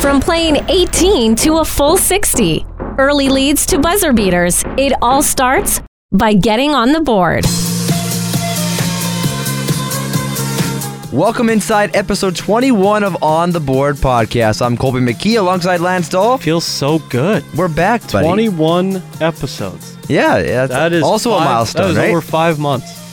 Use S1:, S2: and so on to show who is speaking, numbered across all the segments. S1: from playing 18 to a full 60. Early leads to buzzer beaters. It all starts by getting on the board.
S2: Welcome inside episode 21 of On the Board podcast. I'm Colby McKee alongside Lance Dahl.
S3: Feels so good.
S2: We're back, buddy.
S3: 21 episodes.
S2: Yeah, yeah.
S3: That is
S2: also
S3: five-
S2: a milestone,
S3: That is
S2: right?
S3: over five months.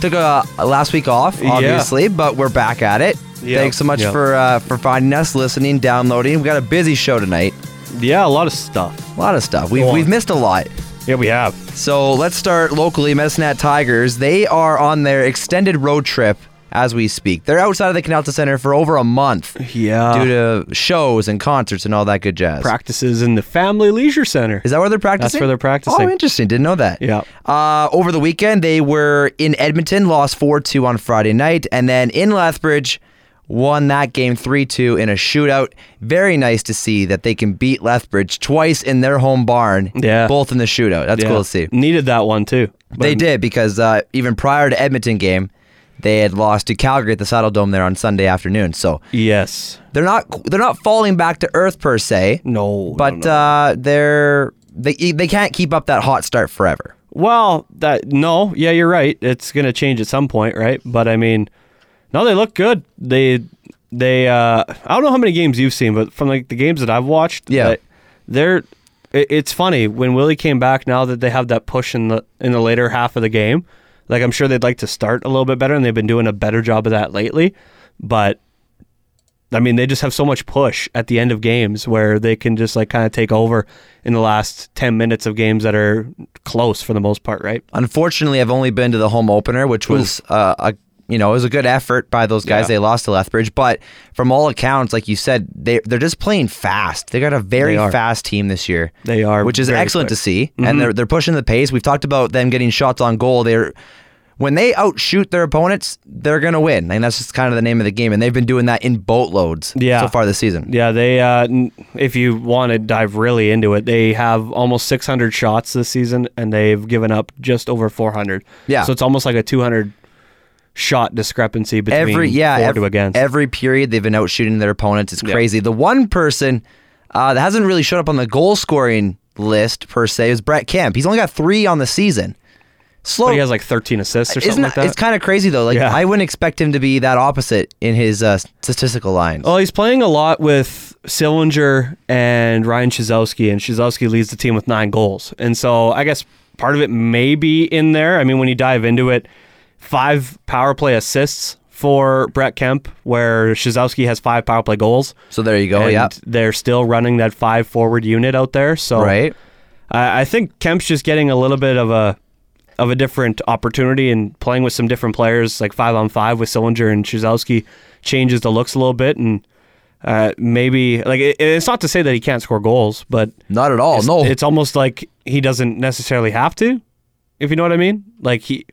S2: Took uh, last week off,
S3: Yeah.
S2: obviously, but we're back at it.
S3: Yeah.
S2: Thanks so much
S3: Yeah.
S2: for uh, for finding us, listening, downloading. We got a busy show tonight.
S3: Yeah, a lot of stuff.
S2: A lot of stuff. We've,
S3: Go on.
S2: we've missed a lot.
S3: Yeah, we have.
S2: So let's start locally. Medicine Hat Tigers. They are on their extended road trip as we speak. They're outside of the Canalta Center for over a month
S3: Yeah.
S2: due to shows and concerts and all that good jazz.
S3: practices in the Family Leisure Center.
S2: Is that where they're practicing?
S3: where they're practicing.
S2: Oh, interesting. Didn't know that.
S3: Yeah.
S2: Uh, over the weekend, they were in Edmonton, lost 4 2 on Friday night, and then in Lethbridge, won that game 3 2 in a shootout. Very nice to see that they can beat Lethbridge twice in their home barn,
S3: Yeah.
S2: both in the shootout. That's
S3: Yeah.
S2: cool to see.
S3: Needed that one too. But
S2: They did because uh, even prior to Edmonton game, they had lost to Calgary at the Saddle Dome there on Sunday afternoon. So
S3: Yes.
S2: they're not they're not falling back to earth per se.
S3: No. no,
S2: But
S3: no.
S2: uh, they're they e, they can't keep up that hot start forever.
S3: well, that no. Yeah, you're right. It's gonna change at some point, right? But I mean, no, they look good. They they. Uh, I don't know how many games you've seen, but from like the games that I've watched,
S2: Yeah.
S3: like, they're. it- It's funny when Willie came back. Now that they have that push in the in the later half of the game, like I'm sure they'd like to start a little bit better, and they've been doing a better job of that lately. But I mean, they just have so much push at the end of games where they can just like kind of take over in the last 10 minutes of games that are close for the most part, right?
S2: Unfortunately, I've only been to the home opener, which was uh, a you know it was a good effort by those guys.
S3: Yeah.
S2: They lost to Lethbridge, but from all accounts, like you said, they they're just playing fast. They got a very
S3: They are.
S2: fast team this year.
S3: They are
S2: which is
S3: very
S2: excellent to
S3: quick. Mm-hmm.
S2: see, and they're they're pushing the pace. We've talked about them getting shots on goal. They're when they outshoot their opponents, they're gonna win, and that's just kind of the name of the game. And they've been doing that in boatloads
S3: Yeah.
S2: so far this season.
S3: Yeah, they, uh, n- if you want to dive really into it, they have almost 600 shots this season and they've given up just over 400.
S2: Yeah.
S3: So it's almost like a 200 shot discrepancy between
S2: every yeah
S3: forward
S2: every,
S3: to against.
S2: every period they've been out shooting their opponents it's
S3: Yeah.
S2: crazy the one person uh, that hasn't really showed up on the goal scoring list per se is brett kemp he's only got three on the season slow
S3: but he has like 13 assists or something
S2: Uh, isn't
S3: like that.
S2: it's kind of crazy though like
S3: Yeah.
S2: i wouldn't expect him to be that opposite in his uh, statistical line
S3: Well, he's playing a lot with Sillinger and Ryan Shizowski, and Shizowski leads the team with nine goals. And so I guess part of it may be in there. I mean, when you dive into it, five power play assists for Brett Kemp, where Shizowski has five power play goals.
S2: so there you go
S3: and
S2: Oh, yeah
S3: they're still running that five forward unit out there. So
S2: right
S3: I, I think Kemp's just getting a little bit of a of a different opportunity and playing with some different players, like five on five with Sillinger and Chuzowski, changes the looks a little bit and. Uh, maybe like it, it's not to say that he can't score goals, but
S2: not at all
S3: it's,
S2: Oh, no
S3: it's almost like he doesn't necessarily have to, if you know what I mean. Like he,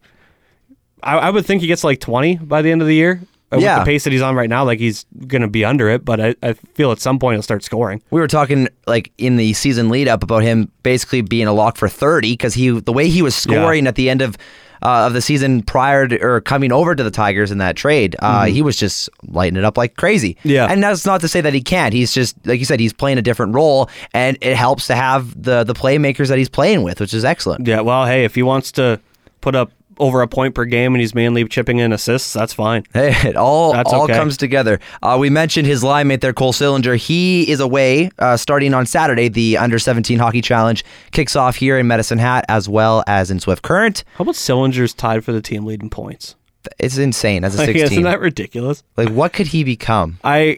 S3: I, I would think he gets like twenty by the end of the year. Uh,
S2: Yeah.
S3: with the pace that he's on right now, like he's gonna be under it, but I, I feel at some point he'll start scoring.
S2: we were talking like in the season lead up about him basically being a lock for 30 because he the way he was scoring at the end of uh, of the season prior to or coming over to the Tigers in that trade, uh, he was just lighting it up like crazy.
S3: Yeah.
S2: and that's not to say that he can't. He's just like you said, he's playing a different role, and it helps to have the the playmakers that he's playing with, which is excellent.
S3: Yeah, well, hey, if he wants to put up over a point per game and he's mainly chipping in assists, that's fine.
S2: Hey, it all
S3: That's
S2: all
S3: okay.
S2: comes together. Uh, we mentioned his line mate there, Cole Sillinger. He is away uh, starting on Saturday. The under 17 hockey challenge kicks off here in Medicine Hat as well as in Swift Current.
S3: How about Sillinger's tied for the team lead in points?
S2: It's insane as a
S3: Like,
S2: 16.
S3: isn't that ridiculous?
S2: like, what could he become?
S3: I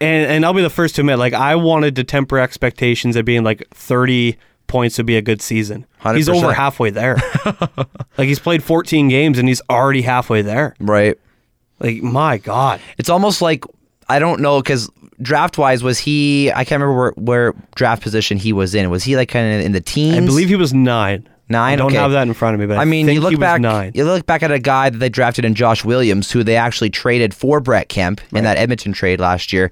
S3: and and I'll be the first to admit, like I wanted to temper expectations at being like thirty points would be a good season. He's
S2: 100%.
S3: over halfway there. like he's played fourteen games and he's already halfway there.
S2: Right.
S3: Like my God.
S2: It's almost like I don't know because draft wise, was he? I can't remember where, where draft position he was in. Was he like kind of in the teens?
S3: I believe he was nine.
S2: Nine.
S3: I don't
S2: okay.
S3: have that in front of me, but I,
S2: mean,
S3: think
S2: you look
S3: he was
S2: back.
S3: nine.
S2: You look back at a guy that they drafted in Josh Williams, who they actually traded for Brett Kemp in that Edmonton trade last year.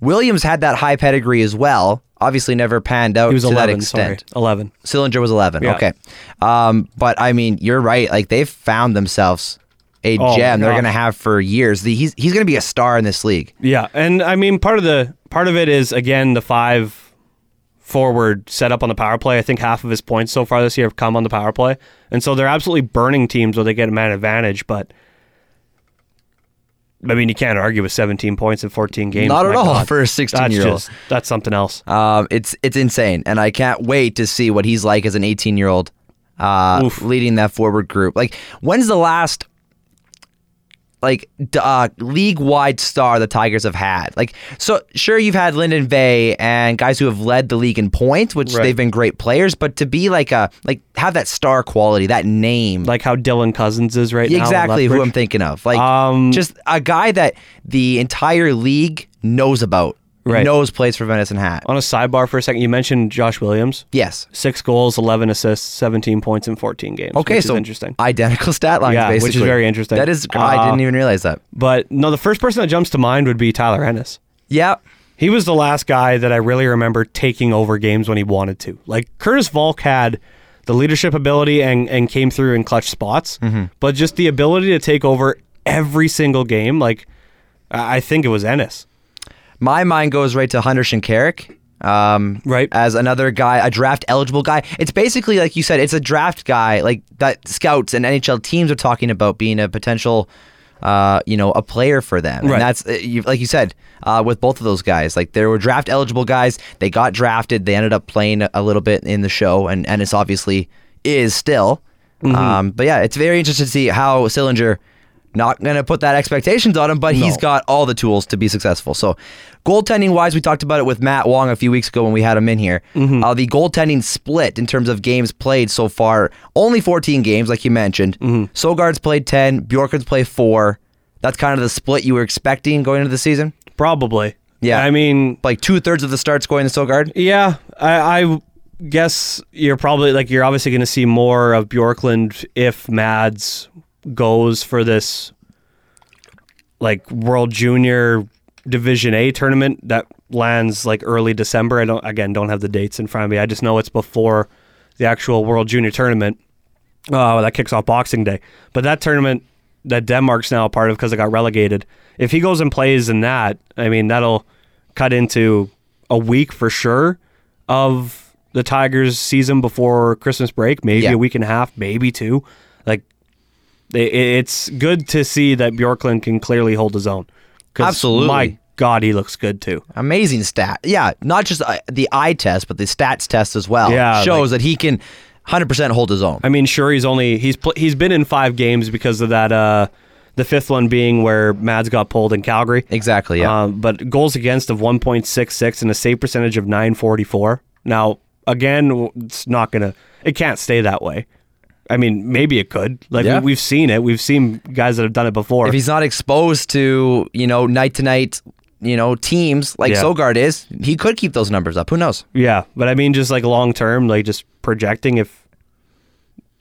S2: Williams had that high pedigree as well. Obviously, never panned out
S3: He was
S2: to that
S3: eleven. Sorry,
S2: extent.
S3: eleven.
S2: Sillinger was 11.
S3: Yeah.
S2: Okay. Um, but I mean, you're right. Like they've found themselves a
S3: Oh, my
S2: gem they're
S3: gosh.
S2: going to have for years. The, he's he's going to be a star in this league.
S3: Yeah, and I mean part of the part of it is again the five forward setup on the power play. I think half of his points so far this year have come on the power play, and so they're absolutely burning teams where they get him at an advantage. But I mean, you can't argue with 17 points in 14 games.
S2: Not at
S3: My
S2: all
S3: God.
S2: for a 16
S3: That's
S2: year old.
S3: just that's something else.
S2: Um, it's it's insane, and I can't wait to see what he's like as an 18 year old, uh,
S3: Oof.
S2: leading that forward group. Like, when's the last like d- uh, league wide star the Tigers have had? Like, so sure you've had Lyndon Bay and guys who have led the league in points, which
S3: Right.
S2: they've been great players, but to be like a like have that star quality, that name,
S3: Like how Dylan Cousins is right now. in
S2: exactly who
S3: Lethbridge.
S2: I'm thinking of. Like
S3: Um,
S2: just a guy that the entire league knows about,
S3: Right. Uh,
S2: knows plays for Venice and Hat.
S3: on a sidebar for a second. You mentioned Josh Williams.
S2: Yes.
S3: Six goals, 11 assists, 17 points in 14 games.
S2: Okay,
S3: which
S2: so
S3: is interesting.
S2: identical stat lines,
S3: Yeah, which is
S2: basically.
S3: very interesting.
S2: That is, I
S3: Uh,
S2: didn't even realize that.
S3: But no, the first person that jumps to mind would be Tyler Ennis.
S2: Yeah,
S3: He was the last guy that I really remember taking over games when he wanted to. Like Curtis Volk had the leadership ability and, and came through in clutch spots,
S2: Mm-hmm.
S3: but just the ability to take over every single game. Like I I think it was Ennis.
S2: my mind goes right to Hunter Shinkarik. Um,
S3: Right.
S2: as another guy, a draft eligible guy. It's basically like you said, it's a draft guy, like that scouts and NHL teams are talking about being a potential, uh, you know, a player for them.
S3: Right.
S2: And that's uh, you, like you said uh, with both of those guys. Like there were draft eligible guys, they got drafted, they ended up playing a- a little bit in the show, and and it's obviously is still. Um, but yeah, it's very interesting to see how Sillinger. Not going to put that expectations on him, but he's got all the tools to be successful. So, goaltending wise, we talked about it with Matt Wong a few weeks ago when we had him in here. Uh, the goaltending split in terms of games played so far only 14 games, like you mentioned. Sogard's played 10, Bjorkman's played 4. That's kind of the split you were expecting going into the season.
S3: Probably.
S2: Yeah.
S3: I mean,
S2: Like two thirds of the starts going to Sogard.
S3: Yeah, I, I guess you're probably like you're obviously going to see more of Bjorklund if Mads goes for this like World Junior Division A tournament that lands like early December. I don't again don't have the dates in front of me. I just know it's before the actual World Junior tournament. Oh, that kicks off Boxing Day. But that tournament that Denmark's now a part of because they got relegated. If he goes and plays in that, I mean, that'll cut into a week for sure of the Tigers' season before Christmas break, maybe
S2: Yeah.
S3: a week and a half, maybe two. Like, i- i- it's good to see that Bjorklund can clearly hold his own. 'Cause
S2: Absolutely.
S3: My God, he looks good too.
S2: Amazing stat. Yeah, not just uh, the eye test, but the stats test as well.
S3: Yeah,
S2: Shows that he can 100% hold his own.
S3: I mean, sure, he's only he's pl- he's been in five games because of that. Uh, the fifth one being where Mads got pulled in Calgary.
S2: Exactly, yeah.
S3: Um, but goals against of 1.66 and a save percentage of 944. Now, again, w- it's not going to, it can't stay that way. I mean, maybe it could. Like,
S2: Yeah.
S3: we, we've seen it. We've seen guys that have done it before.
S2: if he's not exposed to you know night to night you know teams like
S3: Yeah.
S2: Sogard is, he could keep those numbers up. Who knows?
S3: yeah. But I mean, just like long term, like just projecting if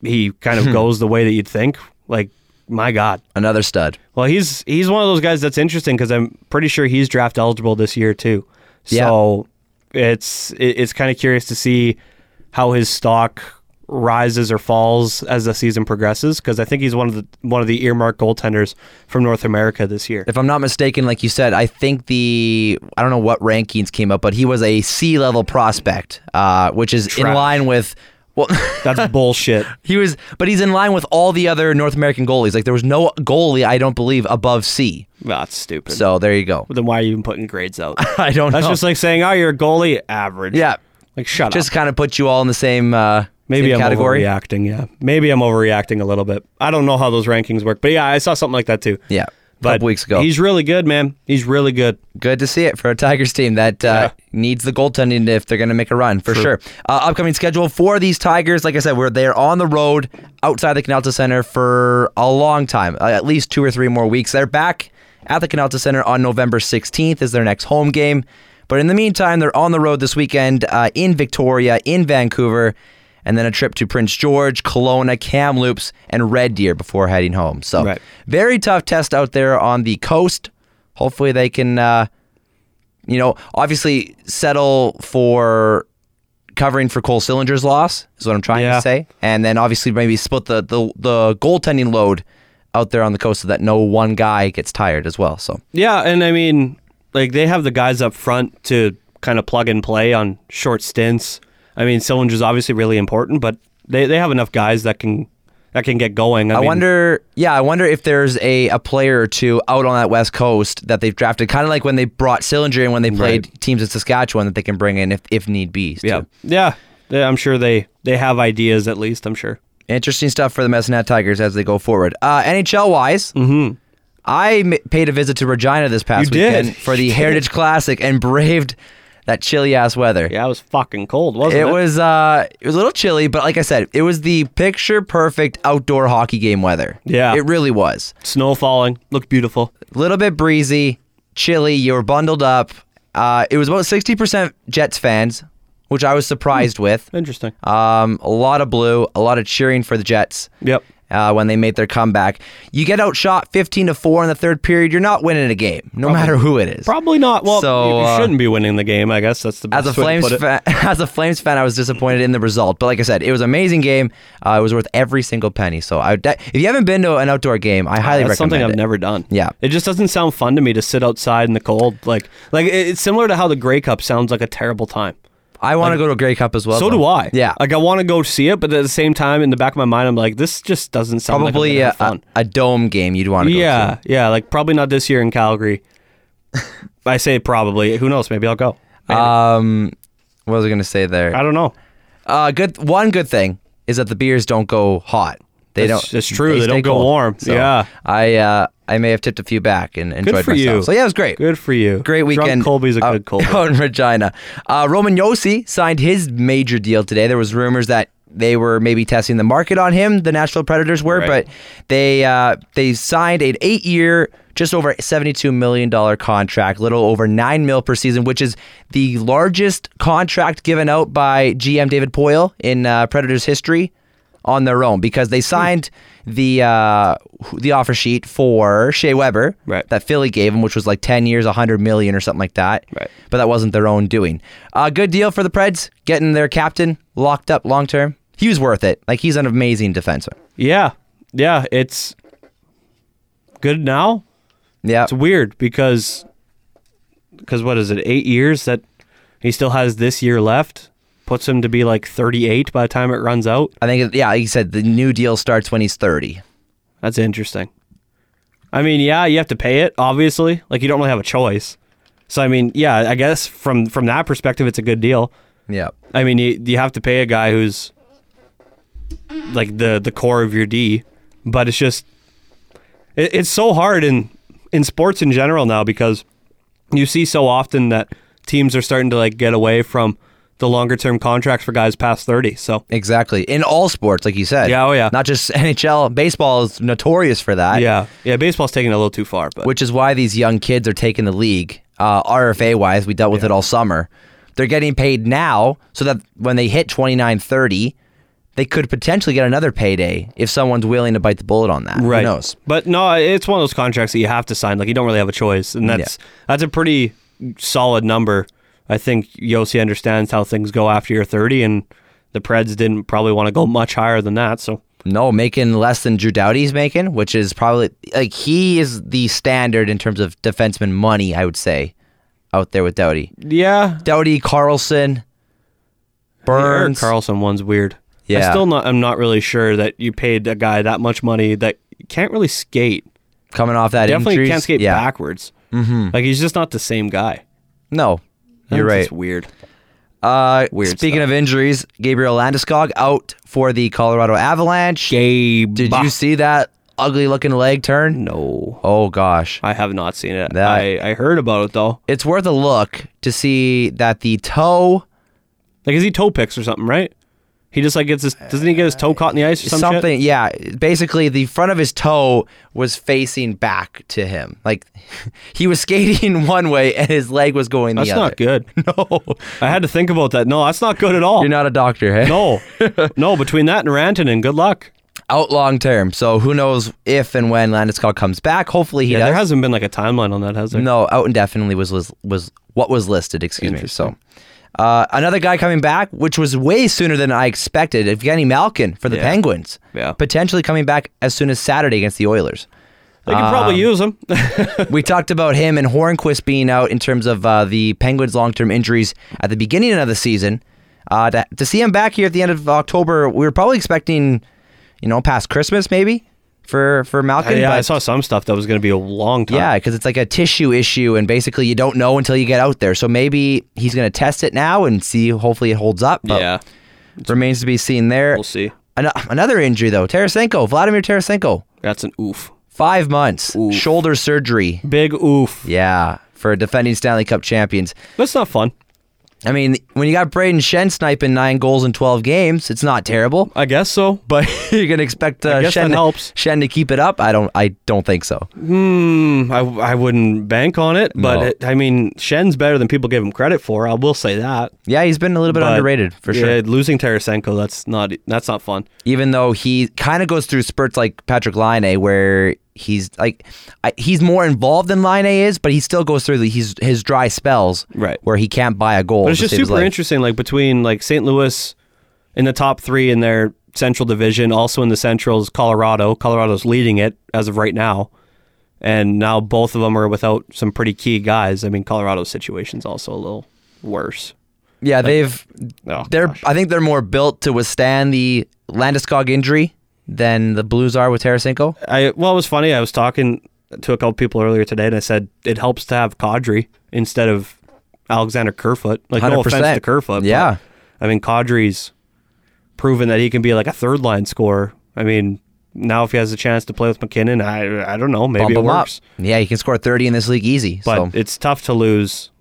S3: he kind of goes the way that you'd think. Like, my God.
S2: Another stud.
S3: Well, he's he's one of those guys that's interesting because I'm pretty sure he's draft eligible this year too. So it's it- it's kind of curious to see how his stock rises or falls as the season progresses because I think he's one of the one of the earmark goaltenders from North America this year.
S2: If I'm not mistaken, like you said, I think the I don't know what rankings came up, but he was a C level prospect, uh, which is in
S3: Trash.
S2: line with well.
S3: That's bullshit.
S2: He was, but he's in line with all the other North American goalies. Like there was no goalie, I don't believe, above C.
S3: That's stupid.
S2: So there you go.
S3: then why are you even putting grades out?
S2: I don't
S3: That's
S2: know.
S3: just like saying, "Oh, you're a goalie, average."
S2: yeah,
S3: like shut
S2: just
S3: up.
S2: kind of put you all in the same uh,
S3: Maybe
S2: same
S3: I'm
S2: category.
S3: overreacting. Yeah, maybe I'm overreacting a little bit. I don't know how those rankings work, but yeah, I saw something like that too.
S2: Yeah,
S3: But
S2: couple weeks ago.
S3: He's really good, man. He's really good.
S2: Good to see it for a Tigers team that uh, needs the goaltending if they're going to make a run for sure. Uh, upcoming schedule for these Tigers, like I said, we're they're on the road outside the Canalta Center for a long time, uh, at least two or three more weeks. They're back at the Canalta Center on November 16th is their next home game, but in the meantime, they're on the road this weekend uh, in Victoria, in Vancouver, and then a trip to Prince George, Kelowna, Kamloops, and Red Deer before heading home. So
S3: Right.
S2: very tough test out there on the coast. Hopefully they can, uh, you know, obviously settle for covering for Cole Sillinger's loss is what I'm trying
S3: Yeah.
S2: to say, and then obviously maybe split the the, the goaltending load out there on the coast so that no one guy gets tired as well. So
S3: Yeah, and I mean, like they have the guys up front to kind of plug and play on short stints. I mean, Sillinger's obviously really important, but they, they have enough guys that can that can get going. I,
S2: I
S3: mean,
S2: wonder, yeah, I wonder if there's a, a player or two out on that West Coast that they've drafted, kind of like when they brought Sillinger in when they played teams in Saskatchewan that they can bring in if, if need be. too.
S3: Yeah, yeah, yeah. I'm sure they they have ideas at least. I'm sure.
S2: Interesting stuff for the Messinat Tigers as they go forward. Uh, NHL wise, I m- paid a visit to Regina this past
S3: Mm-hmm. You did.
S2: weekend for the
S3: You did.
S2: Heritage Classic and braved that chilly ass weather.
S3: Yeah, it was fucking cold, wasn't
S2: It
S3: it?
S2: was uh, it was a little chilly, but like I said, it was the picture perfect outdoor hockey game weather.
S3: Yeah.
S2: it really was.
S3: snow falling. Looked beautiful.
S2: A little bit breezy, chilly. You were bundled up. Uh, it was about sixty percent Jets fans, which I was surprised
S3: Hmm.
S2: with.
S3: Interesting.
S2: Um, a lot of blue, a lot of cheering for the Jets.
S3: Yep.
S2: Uh, when they made their comeback, you get outshot fifteen to four in the third period. You're not winning a game, no matter who it is.
S3: Probably not. Well,
S2: So,
S3: you
S2: uh,
S3: shouldn't be winning the game. I guess that's the best
S2: As a
S3: way to
S2: Flames
S3: put it.
S2: fan, as a Flames fan, I was disappointed in the result. But like I said, it was an amazing game. Uh, it was worth every single penny. So I, would de- if you haven't been to an outdoor game, I highly recommend
S3: Uh, That's something I've
S2: it.
S3: never done.
S2: Yeah.
S3: it just doesn't sound fun to me to sit outside in the cold. Like, like it- it's similar to how the Grey Cup sounds like a terrible time.
S2: I want to go to a Grey Cup as well.
S3: So
S2: though.
S3: do I.
S2: Yeah,
S3: like I want to go see it, but at the same time, in the back of my mind, I'm like, this just doesn't sound
S2: probably
S3: like
S2: a,
S3: I'm gonna have
S2: a,
S3: fun.
S2: a dome game you'd want to go to.
S3: yeah, yeah, like probably not this year in Calgary. I say probably. Who knows? Maybe I'll go.
S2: Um, what was I going to say there?
S3: I don't know.
S2: Uh, good. One good thing is that the beers don't go hot. They
S3: That's-
S2: don't.
S3: that's true. They
S2: stay
S3: don't go
S2: cold.
S3: warm. Yeah.
S2: I uh, I may have tipped a few back and enjoyed
S3: for
S2: myself.
S3: you.
S2: So yeah, it was great.
S3: Good for you.
S2: Great weekend. Uh,
S3: Drunk Colby's a
S2: out-
S3: good Colby.
S2: Out in Regina. Uh, Roman Yossi signed his major deal today. There was rumors that they were maybe testing the market on him. The Nashville Predators were,
S3: Right.
S2: but they uh, they signed an eight year, just over seventy two million dollar contract, little over nine mil per season, which is the largest contract given out by GM David Poyle in uh, Predators history on their own because they
S3: Hmm.
S2: signed the uh, who- the offer sheet for Shea Weber
S3: Right.
S2: that Philly gave him, which was like 10 years, 100 million or something like that.
S3: Right.
S2: But that wasn't their own doing. Uh, good deal for the Preds, getting their captain locked up long term. He was worth it. Like he's an amazing defenseman.
S3: Yeah, yeah. It's good now.
S2: Yeah.
S3: It's weird because because what is it? Eight years that he still has this year left puts him to be like 38 by the time it runs out.
S2: I think, it- yeah, he said the new deal starts when he's 30.
S3: That's interesting. I mean, yeah, you have to pay it, obviously. Like you don't really have a choice. So I mean, yeah, I guess from from that perspective, it's a good deal.
S2: Yeah.
S3: I mean, you you have to pay a guy who's like the the core of your D, but it's just it, it's so hard in in sports in general now because you see so often that teams are starting to like get away from the longer term contracts for guys past 30. So,
S2: Exactly. In all sports, like you said.
S3: Yeah, oh, yeah.
S2: Not just NHL. Baseball is notorious for that.
S3: yeah. Yeah, baseball's taking it a little too far, but
S2: which is why these young kids are taking the league. Uh, RFA wise, we dealt with it all summer. They're getting paid now so that when they hit 29 30, they could potentially get another payday if someone's willing to bite the bullet on that.
S3: right.
S2: Who knows?
S3: But no, it's one of those contracts that you have to sign. Like you don't really have a choice, and that's that's a pretty solid number. I think Yossi understands how things go after you're 30, and the Preds didn't probably want to go much higher than that. So
S2: No, making less than Drew Doughty's making, which is probably like he is the standard in terms of defenseman money, I would say, out there with Doughty.
S3: yeah,
S2: Doughty, Carlson,
S3: Eric
S2: Burns.
S3: Carlson one's weird.
S2: Yeah.
S3: I still not. I'm not really sure that you paid a guy that much money that can't really skate.
S2: coming off that
S3: Definitely
S2: injuries.
S3: can't skate
S2: yeah.
S3: backwards. Mm-hmm. Like he's just not the same guy.
S2: No, you're right.
S3: It's just weird.
S2: Uh,
S3: Weird
S2: Speaking
S3: stuff.
S2: of injuries, Gabriel Landeskog out for the Colorado Avalanche.
S3: Gabe,
S2: Did you see that ugly looking leg turn?
S3: No,
S2: Oh gosh,
S3: I have not seen it.
S2: That-
S3: I I heard about it though.
S2: it's worth a look to see that the toe
S3: Like, is he toe picks or something? Right? He just like gets his. Doesn't he get his toe caught in the ice or some shit?
S2: something. Yeah, basically the front of his toe was facing back to him. Like he was skating one way and his leg was going the
S3: That's
S2: other.
S3: not good. No, I had to think about that. No, that's not good at all.
S2: You're not a doctor, hey?
S3: no, no. Between that and Rantanen, good luck.
S2: Out long term, so who knows if and when Landeskog comes back? Hopefully he
S3: Yeah,
S2: does.
S3: there hasn't been like a timeline on that, has there?
S2: No, out indefinitely was was, was what was listed. Excuse me. So, Uh, another guy coming back, which was way sooner than I expected, Evgeny Malkin for the
S3: Yeah.
S2: Penguins.
S3: Yeah.
S2: Potentially coming back as soon as Saturday against the Oilers.
S3: They can probably use him.
S2: we talked about him and Hornquist being out in terms of uh, the Penguins' long-term injuries at the beginning of the season. Uh, to, to see him back here at the end of October, we were probably expecting, you know, past Christmas maybe for for Malkin.
S3: Uh, yeah, I
S2: but-
S3: saw some stuff that was going to be a long time.
S2: yeah, because it's like a tissue issue, and basically you don't know until you get out there. So maybe he's going to test it now and see. Hopefully it holds up. But
S3: yeah.
S2: remains to be seen there.
S3: We'll see.
S2: An- another injury though, Tarasenko, Vladimir Tarasenko,
S3: That's an oof.
S2: five months shoulder surgery.
S3: Big oof.
S2: Yeah, for defending Stanley Cup champions.
S3: That's not fun.
S2: I mean, when you got Braden Shen sniping nine goals in twelve games, it's not terrible.
S3: I guess so.
S2: But you're gonna expect uh,
S3: guess
S2: Shen,
S3: that helps.
S2: Shen to keep it up? I don't. I don't think so.
S3: Hmm, I, I wouldn't bank on it. But
S2: No.
S3: it, I mean, Shen's better than people give him credit for. I will say that.
S2: Yeah, he's been a little bit
S3: But,
S2: underrated for sure.
S3: yeah, losing Tarasenko, that's not that's not fun.
S2: Even though he kind of goes through spurts like Patrick Line, where he's like, I, he's more involved than Line is, but he still goes through the, he's, his dry spells,
S3: Right.
S2: Where he can't buy a goal.
S3: But it's
S2: to
S3: just
S2: save his
S3: super
S2: life.
S3: interesting, like between like St. Louis in the top three in their Central Division, also in the Central's Colorado. Colorado's leading it as of right now, and now both of them are without some pretty key guys. I mean, Colorado's situation's also a little worse.
S2: Yeah, they've
S3: Oh,
S2: they're I think they're more built to withstand the Landeskog injury than the Blues are with Tarasenko.
S3: I well, it was funny. I was talking to a couple people earlier today, and I said it helps to have Kadri instead of Alexander Kerfoot. Like no offense
S2: 100%.
S3: to Kerfoot, but,
S2: Yeah.
S3: I mean Kadri's proven that he can be like a third line scorer. I mean, now if he has a chance to play with McKinnon, I I don't know, maybe
S2: Bump
S3: it
S2: him up.
S3: works.
S2: Yeah, he can score thirty in this league easy.
S3: But
S2: so
S3: it's tough to lose.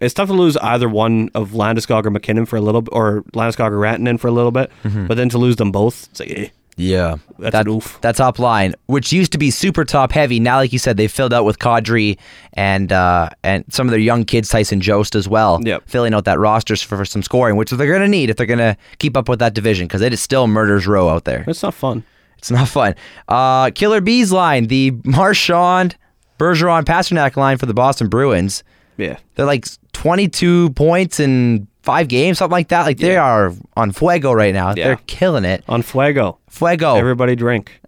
S3: It's tough to lose either one of Landeskog or McKinnon for a little, b- or Landeskog or Rantanen for a little bit,
S2: Mm-hmm.
S3: but then to lose them both, it's like, eh.
S2: yeah,
S3: That's
S2: that,
S3: an oof.
S2: that top line, which used to be super top heavy, now like you said, they filled out with Kadri and uh, and some of their young kids, Tyson Jost as well,
S3: Yep.
S2: filling out that roster for, for some scoring, which they're going to need if they're going to keep up with that division because it is still murder's row out there.
S3: it's not fun.
S2: It's not fun. Uh, Killer Bees line, the Marchand, Bergeron, Pasternak line for the Boston Bruins.
S3: Yeah.
S2: They're like 22 points in five games, something like that. Like they are on fuego right now.
S3: Yeah.
S2: They're killing it.
S3: On Fuego.
S2: Fuego.
S3: Everybody drink.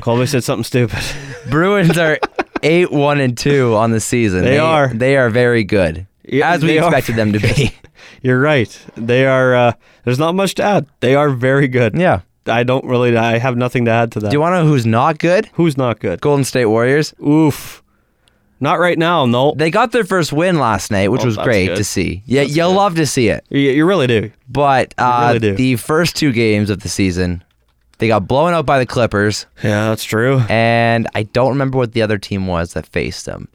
S3: Colby said something stupid.
S2: Bruins are eight, one, and two on the season.
S3: They are.
S2: They are very good,
S3: Yeah,
S2: as we
S3: they are
S2: expected them to be.
S3: You're right. They are. Uh, there's not much to add. They are very good.
S2: yeah.
S3: I don't really. I have nothing to add to that.
S2: Do you want to know who's not good?
S3: Who's not good?
S2: Golden State Warriors.
S3: Oof. Not right now. No.
S2: They got their first win last night, which
S3: Oh,
S2: was
S3: that's
S2: great
S3: good.
S2: to see. Yeah, you'll love to see it.
S3: you, you really do.
S2: But uh,
S3: really do.
S2: the first two games of the season, they got blown out by the Clippers,
S3: Yeah, that's true.
S2: and I don't remember what the other team was that faced them.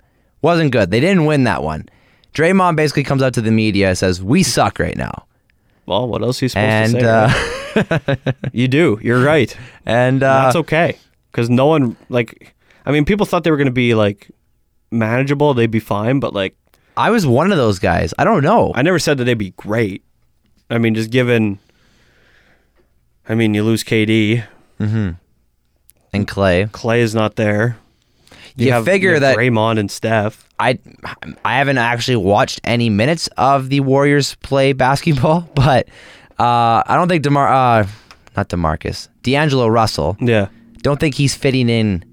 S2: Wasn't good. They didn't win that one. Draymond basically comes out to the media and says, "We suck right now,"
S3: Well, what else are you supposed
S2: and
S3: to say?
S2: uh,
S3: right? you do. You're right.
S2: and uh,
S3: that's okay. Because no one like. I mean, people thought they were going to be like manageable. They'd be fine. But like,
S2: I was one of those guys. I don't know.
S3: I never said that they'd be great. I mean, just given. I mean, you lose KD.
S2: And Clay,
S3: Clay is not there.
S2: You figure that-
S3: Raymond and Steph.
S2: I, I haven't actually watched any minutes of the Warriors play basketball, but uh, I don't think Demar, uh, not Demarcus, D'Angelo Russell.
S3: Yeah.
S2: Don't think he's fitting in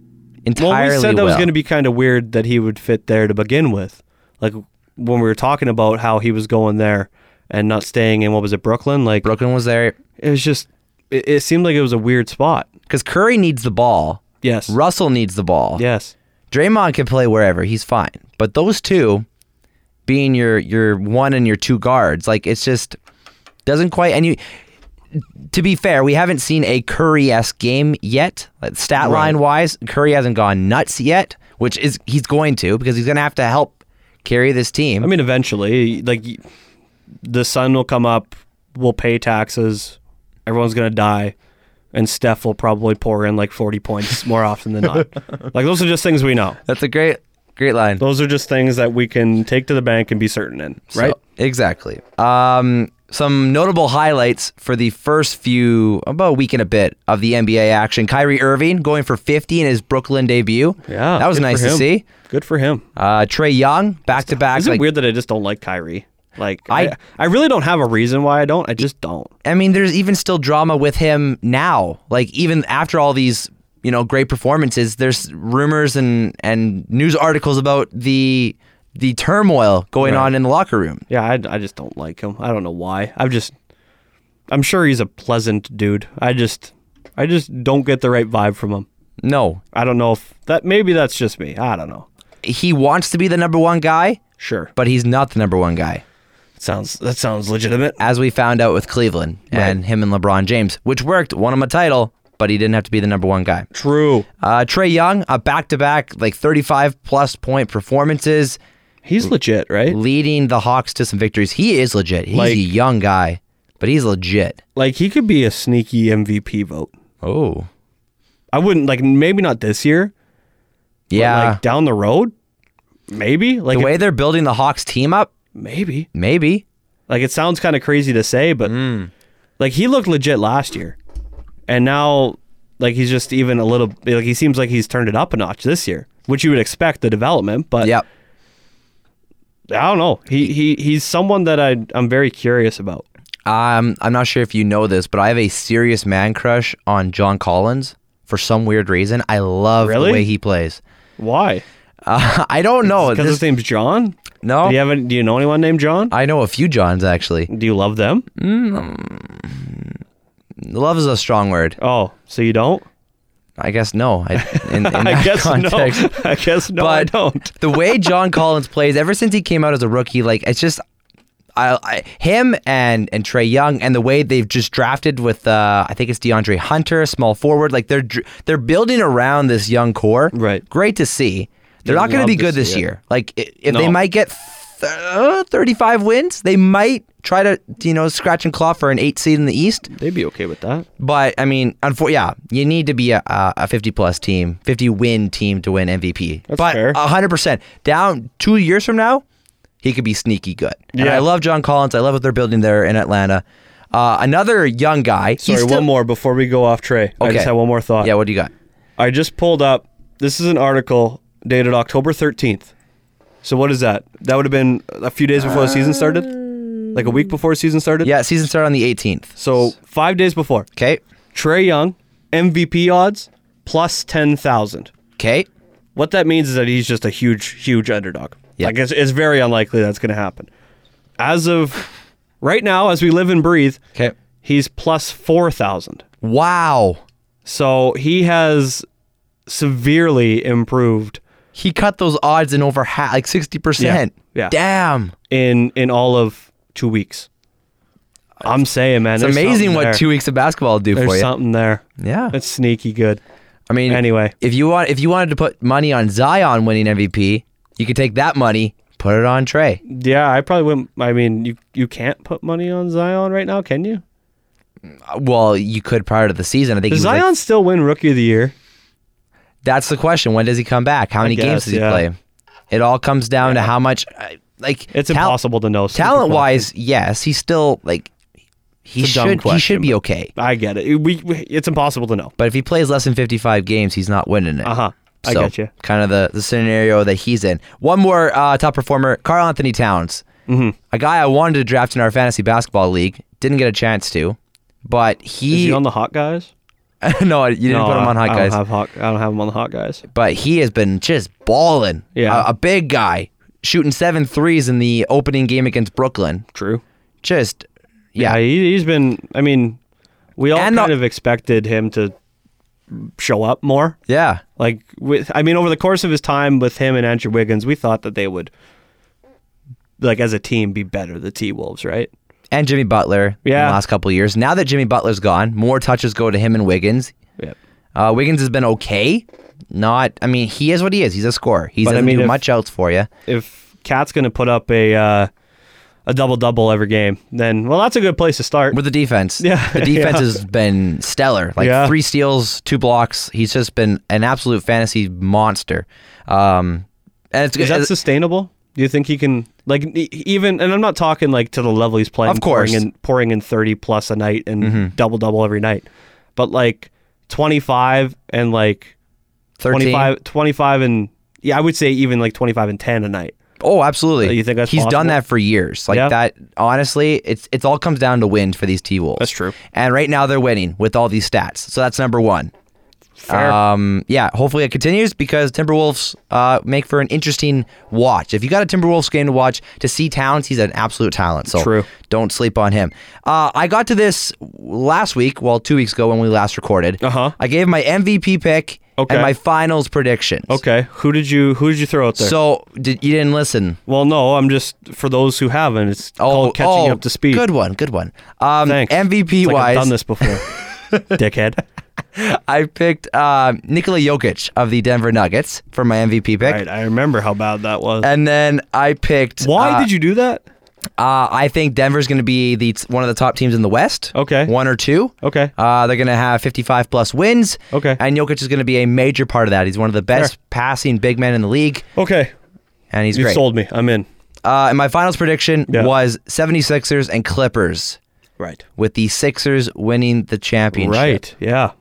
S3: Well,
S2: entirely.
S3: we said that was
S2: well.
S3: going to be kind of weird that he would fit there to begin with. Like when we were talking about how he was going there and not staying in what was it Brooklyn? Like
S2: Brooklyn was there
S3: it was just it, it seemed like it was a weird spot.
S2: because Curry needs the ball.
S3: Yes.
S2: Russell needs the ball.
S3: Yes.
S2: Draymond can play wherever. He's fine. But those two, being your your one and your two guards, like it's just doesn't quite. And you, to be fair, we haven't seen a Curry esque game yet. Like, stat line wise, Curry hasn't gone nuts yet, which is he's going to because he's going to have to help carry this team.
S3: I mean, eventually, like y- the sun will come up. We'll pay taxes. Everyone's gonna die, and Steph will probably pour in like forty points more often than not. like those are just things we know.
S2: That's a great great line.
S3: Those are just things that we can take to the bank and be certain in. So-
S2: Right. Exactly. Um, some notable highlights for the first few, about a week and a bit of the NBA action. Kyrie Irving going for 50 in his Brooklyn debut.
S3: Yeah.
S2: That was
S3: good
S2: nice
S3: for
S2: to
S3: him.
S2: see.
S3: Good for him.
S2: Uh, Trey Young, back to back.
S3: Is it
S2: like-
S3: weird that I just don't like Kyrie? Like
S2: I-
S3: I, I, really don't have a reason why I don't. I just don't.
S2: I mean, there's even still drama with him now. Like even after all these, you know, great performances, there's rumors and and news articles about the the turmoil going on in the locker room.
S3: Yeah, I, I just don't like him. I don't know why. I'm just, I'm sure he's a pleasant dude. I just, I just don't get the right vibe from him.
S2: No,
S3: I don't know if that maybe that's just me. I don't know.
S2: he wants to be the number one guy,
S3: Sure,
S2: but he's not the number one guy,
S3: sounds that sounds legitimate.
S2: as we found out with Cleveland and him and LeBron James, which worked, won him a title, but he didn't have to be the number one guy.
S3: True.
S2: Uh, Trey Young, a back-to-back like 35 plus point performances,
S3: He's legit, right?
S2: leading the Hawks to some victories. He is legit. He's
S3: Like-
S2: a young guy, but he's legit.
S3: Like he could be a sneaky MVP vote.
S2: Oh,
S3: I wouldn't like maybe not this year. but,
S2: yeah.
S3: like down the road, maybe. Like
S2: the
S3: it-
S2: way they're building the Hawks team up,
S3: maybe.
S2: maybe.
S3: Like it sounds kind of crazy to say, but
S2: Mm.
S3: like he looked legit last year, and now like he's just even a little like he seems like he's turned it up a notch this year, which you would expect the development. But
S2: Yep.
S3: I don't know. He he he's someone that I I'm very curious about.
S2: Um, I'm not sure if you know this, but I have a serious man crush on John Collins for some weird reason. I love
S3: Really?
S2: the way he plays.
S3: Why?
S2: Uh, I don't know.
S3: Because
S2: This-
S3: his name's John.
S2: no,
S3: Do you have any, Do you know anyone named John?
S2: I Mm. know a few Johns actually.
S3: Do you love them?
S2: Love is a strong word.
S3: Oh, so you don't?
S2: I guess no. I, in, in
S3: I
S2: that
S3: guess
S2: context.
S3: no. I guess no. I
S2: but
S3: don't.
S2: the way John Collins plays ever since he came out as a rookie, like it's just. I, I, him and and Trey Young and the way they've just drafted with uh, I think it's DeAndre Hunter, small forward. Like they're dr- they're building around this young core.
S3: Right.
S2: Great to see. They're
S3: You'd
S2: not going to
S3: love
S2: be
S3: to
S2: good
S3: see
S2: this
S3: it.
S2: year. Like i- if they
S3: No.
S2: might get th- uh, 35 wins, they might try to you know scratch and claw for an eight seed in the East.
S3: They'd be okay with that.
S2: But I mean, unfor- yeah, you need to be a, a a 50 plus team, 50 win team to win MVP.
S3: That's
S2: but
S3: fair.
S2: 100% down two years from now, he could be sneaky good. And
S3: Yeah.
S2: I love John Collins. I love what they're building there in Atlanta. Uh, another young guy. he's
S3: Sorry,
S2: still-
S3: one more before we go off Trey. I
S2: Okay.
S3: just had one more thought.
S2: Yeah, what do you got?
S3: I just pulled up. This is an article dated October 13th. So what is that? That would have been a few days before the season started? Like a week before the season started?
S2: Yeah, season start on the 18th.
S3: So 5 days before.
S2: Okay.
S3: Trey Young MVP odds plus 10,000.
S2: Okay.
S3: What that means is that he's just a huge huge underdog.
S2: Yeah.
S3: Like it's, it's very unlikely that's going to happen. As of right now as we live and breathe,
S2: Okay.
S3: he's plus 4,000.
S2: Wow.
S3: So he has severely improved
S2: He cut those odds in over half, like 60%.
S3: Yeah, yeah.
S2: Damn.
S3: in in all of two weeks. I'm saying, man,
S2: It's
S3: there's
S2: amazing
S3: something
S2: what
S3: there.
S2: two weeks of basketball will do
S3: There's
S2: for you.
S3: something there.
S2: Yeah.
S3: it's sneaky good.
S2: I mean,
S3: Anyway.
S2: if you want, if you wanted to put money on Zion winning MVP, you could take that money, put it on Trey.
S3: Yeah, I probably wouldn't. I mean, you you can't put money on Zion right now, can you?
S2: Uh, Well, you could prior to the season. I think he
S3: Does
S2: was like-
S3: Zion still win Rookie of the Year?
S2: that's the question. When does he come back? How many games
S3: guess,
S2: does he
S3: yeah.
S2: play? It all comes down to how much, uh, like
S3: It's
S2: tal-
S3: impossible to know. Super
S2: Talent
S3: close.
S2: wise, yes, he's still like he
S3: It's a dumb
S2: should he should
S3: question,
S2: be
S3: but-
S2: okay.
S3: I get it. We, we it's impossible to know.
S2: But if he plays less than 55 games, he's not winning it.
S3: Uh huh. I
S2: so,
S3: get you.
S2: Kind of the, the scenario that he's in. One more uh, top performer, Carl Anthony Towns. Mm-hmm. A guy I wanted to draft in our fantasy basketball league, didn't get a chance to, but
S3: Is
S2: he.
S3: he on the hot guys?
S2: no, you didn't
S3: no,
S2: put him
S3: I-
S2: on hot
S3: I
S2: guys.
S3: Don't have hot, I don't have him on the hot guys.
S2: But he has been just balling.
S3: Yeah.
S2: A, a big guy, shooting seven threes in the opening game against Brooklyn.
S3: True.
S2: Just, yeah.
S3: Yeah, he, he's been. I mean, we all
S2: And the-
S3: kind of expected him to show up more.
S2: Yeah.
S3: Like with, I mean, over the course of his time with him and Andrew Wiggins, we thought that they would, like as a team, be better. The T Wolves, right?
S2: And Jimmy Butler in
S3: Yeah.
S2: the last couple of years. Now that Jimmy Butler's gone, more touches go to him and Wiggins.
S3: Yep.
S2: Uh, Wiggins has been okay. Not, I mean, he is what he is. He's a scorer. He
S3: But I
S2: doesn't
S3: mean,
S2: do
S3: if-
S2: much else for you.
S3: If Cat's going to put up a uh, a double double every game, then well, that's a good place to start.
S2: With the defense,
S3: Yeah,
S2: the defense
S3: yeah.
S2: has been stellar. Like
S3: Yeah.
S2: three steals, two blocks. He's just been an absolute fantasy monster. Um, and it's
S3: Is that sustainable? Do you think he can like e- even? And I'm not talking like to the level he's playing.
S2: Of course. Mm-hmm.
S3: pouring in, pouring in 30 plus a night and double double every night, but like 25 and like
S2: 13.
S3: 25, 25 and yeah, I would say even like 25 and 10 a night.
S2: Oh, absolutely.
S3: You think that's
S2: he's done
S3: possible?
S2: that for years. Like
S3: Yeah.
S2: that. Honestly, it's it's all comes down to wins for these T Wolves.
S3: That's true.
S2: And right now they're winning with all these stats. So that's number one.
S3: Fair.
S2: Um, yeah, hopefully it continues because Timberwolves uh, make for an interesting watch. If you got a Timberwolves game to watch to see Towns, he's an absolute talent. So
S3: True.
S2: don't sleep on him. Uh, I got to this last week, well, two weeks ago when we last recorded.
S3: Uh-huh.
S2: I gave my MVP pick
S3: Okay.
S2: and my finals predictions.
S3: okay. Who did you Who did you throw out there?
S2: So did, you didn't listen?
S3: well, no. I'm just for those who haven't. It's called catching up to speed.
S2: Oh, Good one, good one. Um,
S3: Thanks.
S2: MVP
S3: It's like
S2: wise,
S3: I've done this before. Dickhead.
S2: I picked um, Nikola Jokic of the Denver Nuggets for my MVP pick.
S3: Right. I remember how bad that was.
S2: And then I picked.
S3: Why
S2: uh,
S3: did you do that?
S2: Uh, I think Denver's going to be the one of the top teams in the West.
S3: Okay.
S2: one or two.
S3: Okay.
S2: Uh, they're going to have 55 plus wins.
S3: Okay.
S2: and Jokic is going to be a major part of that. He's one of the best
S3: Fair.
S2: passing big men in the league,
S3: Okay.
S2: and he's
S3: You
S2: great.
S3: sold me. I'm in.
S2: Uh, and my finals prediction
S3: Yeah.
S2: was 76ers and Clippers,
S3: Right.
S2: with the Sixers winning the championship.
S3: Right. Yeah.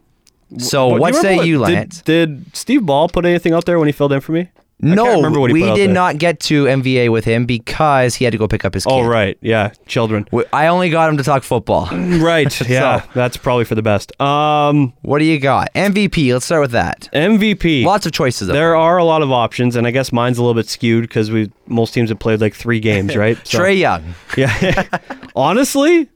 S2: So
S3: But do
S2: Oh, what
S3: remember
S2: say you,
S3: did-
S2: Lance?
S3: Did, Steve Ball put anything out there when he filled in for me? I
S2: no,
S3: can't remember what he
S2: we
S3: put out
S2: did
S3: there.
S2: not get to MVA with him because he had to go pick up his kid.
S3: Oh, right. Yeah. Children.
S2: W- I only got him to talk football.
S3: Right. Yeah. That's probably for the best. Um,
S2: What do you got? MVP. Let's start with that.
S3: MVP.
S2: Lots of choices. Up.
S3: there are a lot of options, and I guess mine's a little bit skewed because we most teams have played like three games, right? So-
S2: Trey Young.
S3: Yeah. Honestly,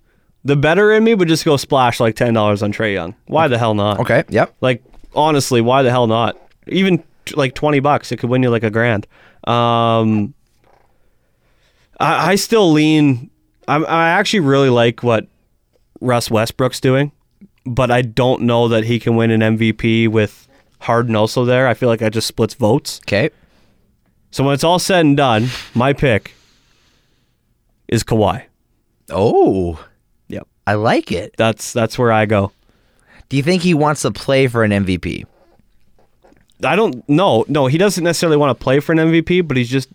S3: the better in me would just go splash like ten dollars on Trey Young. Why the hell not?
S2: Okay. Yep.
S3: Like honestly, why the hell not? Even t- like twenty bucks, it could win you like a grand. Um, I, I still lean. I'm, I actually really like what Russ Westbrook's doing, but I don't know that he can win an MVP with Harden also there. I feel like I just splits votes.
S2: Okay.
S3: So when it's all said and done, my pick is Kawhi.
S2: Oh,
S3: Yep.
S2: I like it.
S3: That's that's where I go.
S2: Do you think he wants to play for an MVP?
S3: I don't know. No, he doesn't necessarily want to play for an MVP, but he's just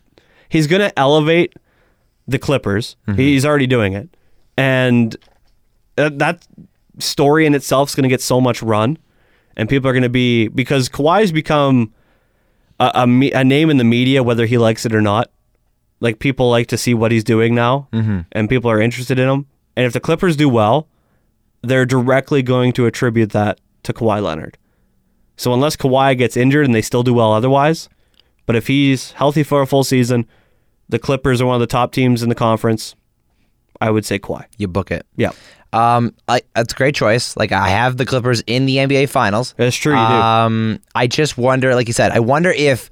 S3: he's going to elevate the Clippers. He's already doing it, and that, that story in itself is going to get so much run, and people are going to be because Kawhi's become a, a me- a name in the media, whether he likes it or not. Like people like to see what he's doing now, and people are interested in him. And if the Clippers do well, they're directly going to attribute that to Kawhi Leonard. So unless Kawhi gets injured and they still do well otherwise, but if he's healthy for a full season, the Clippers are one of the top teams in the conference. I would say Kawhi.
S2: You book it.
S3: Yeah,
S2: Um, I, that's a great choice. Like I have the Clippers in the NBA Finals.
S3: that's true. You
S2: Um, I just wonder, like you said, I wonder if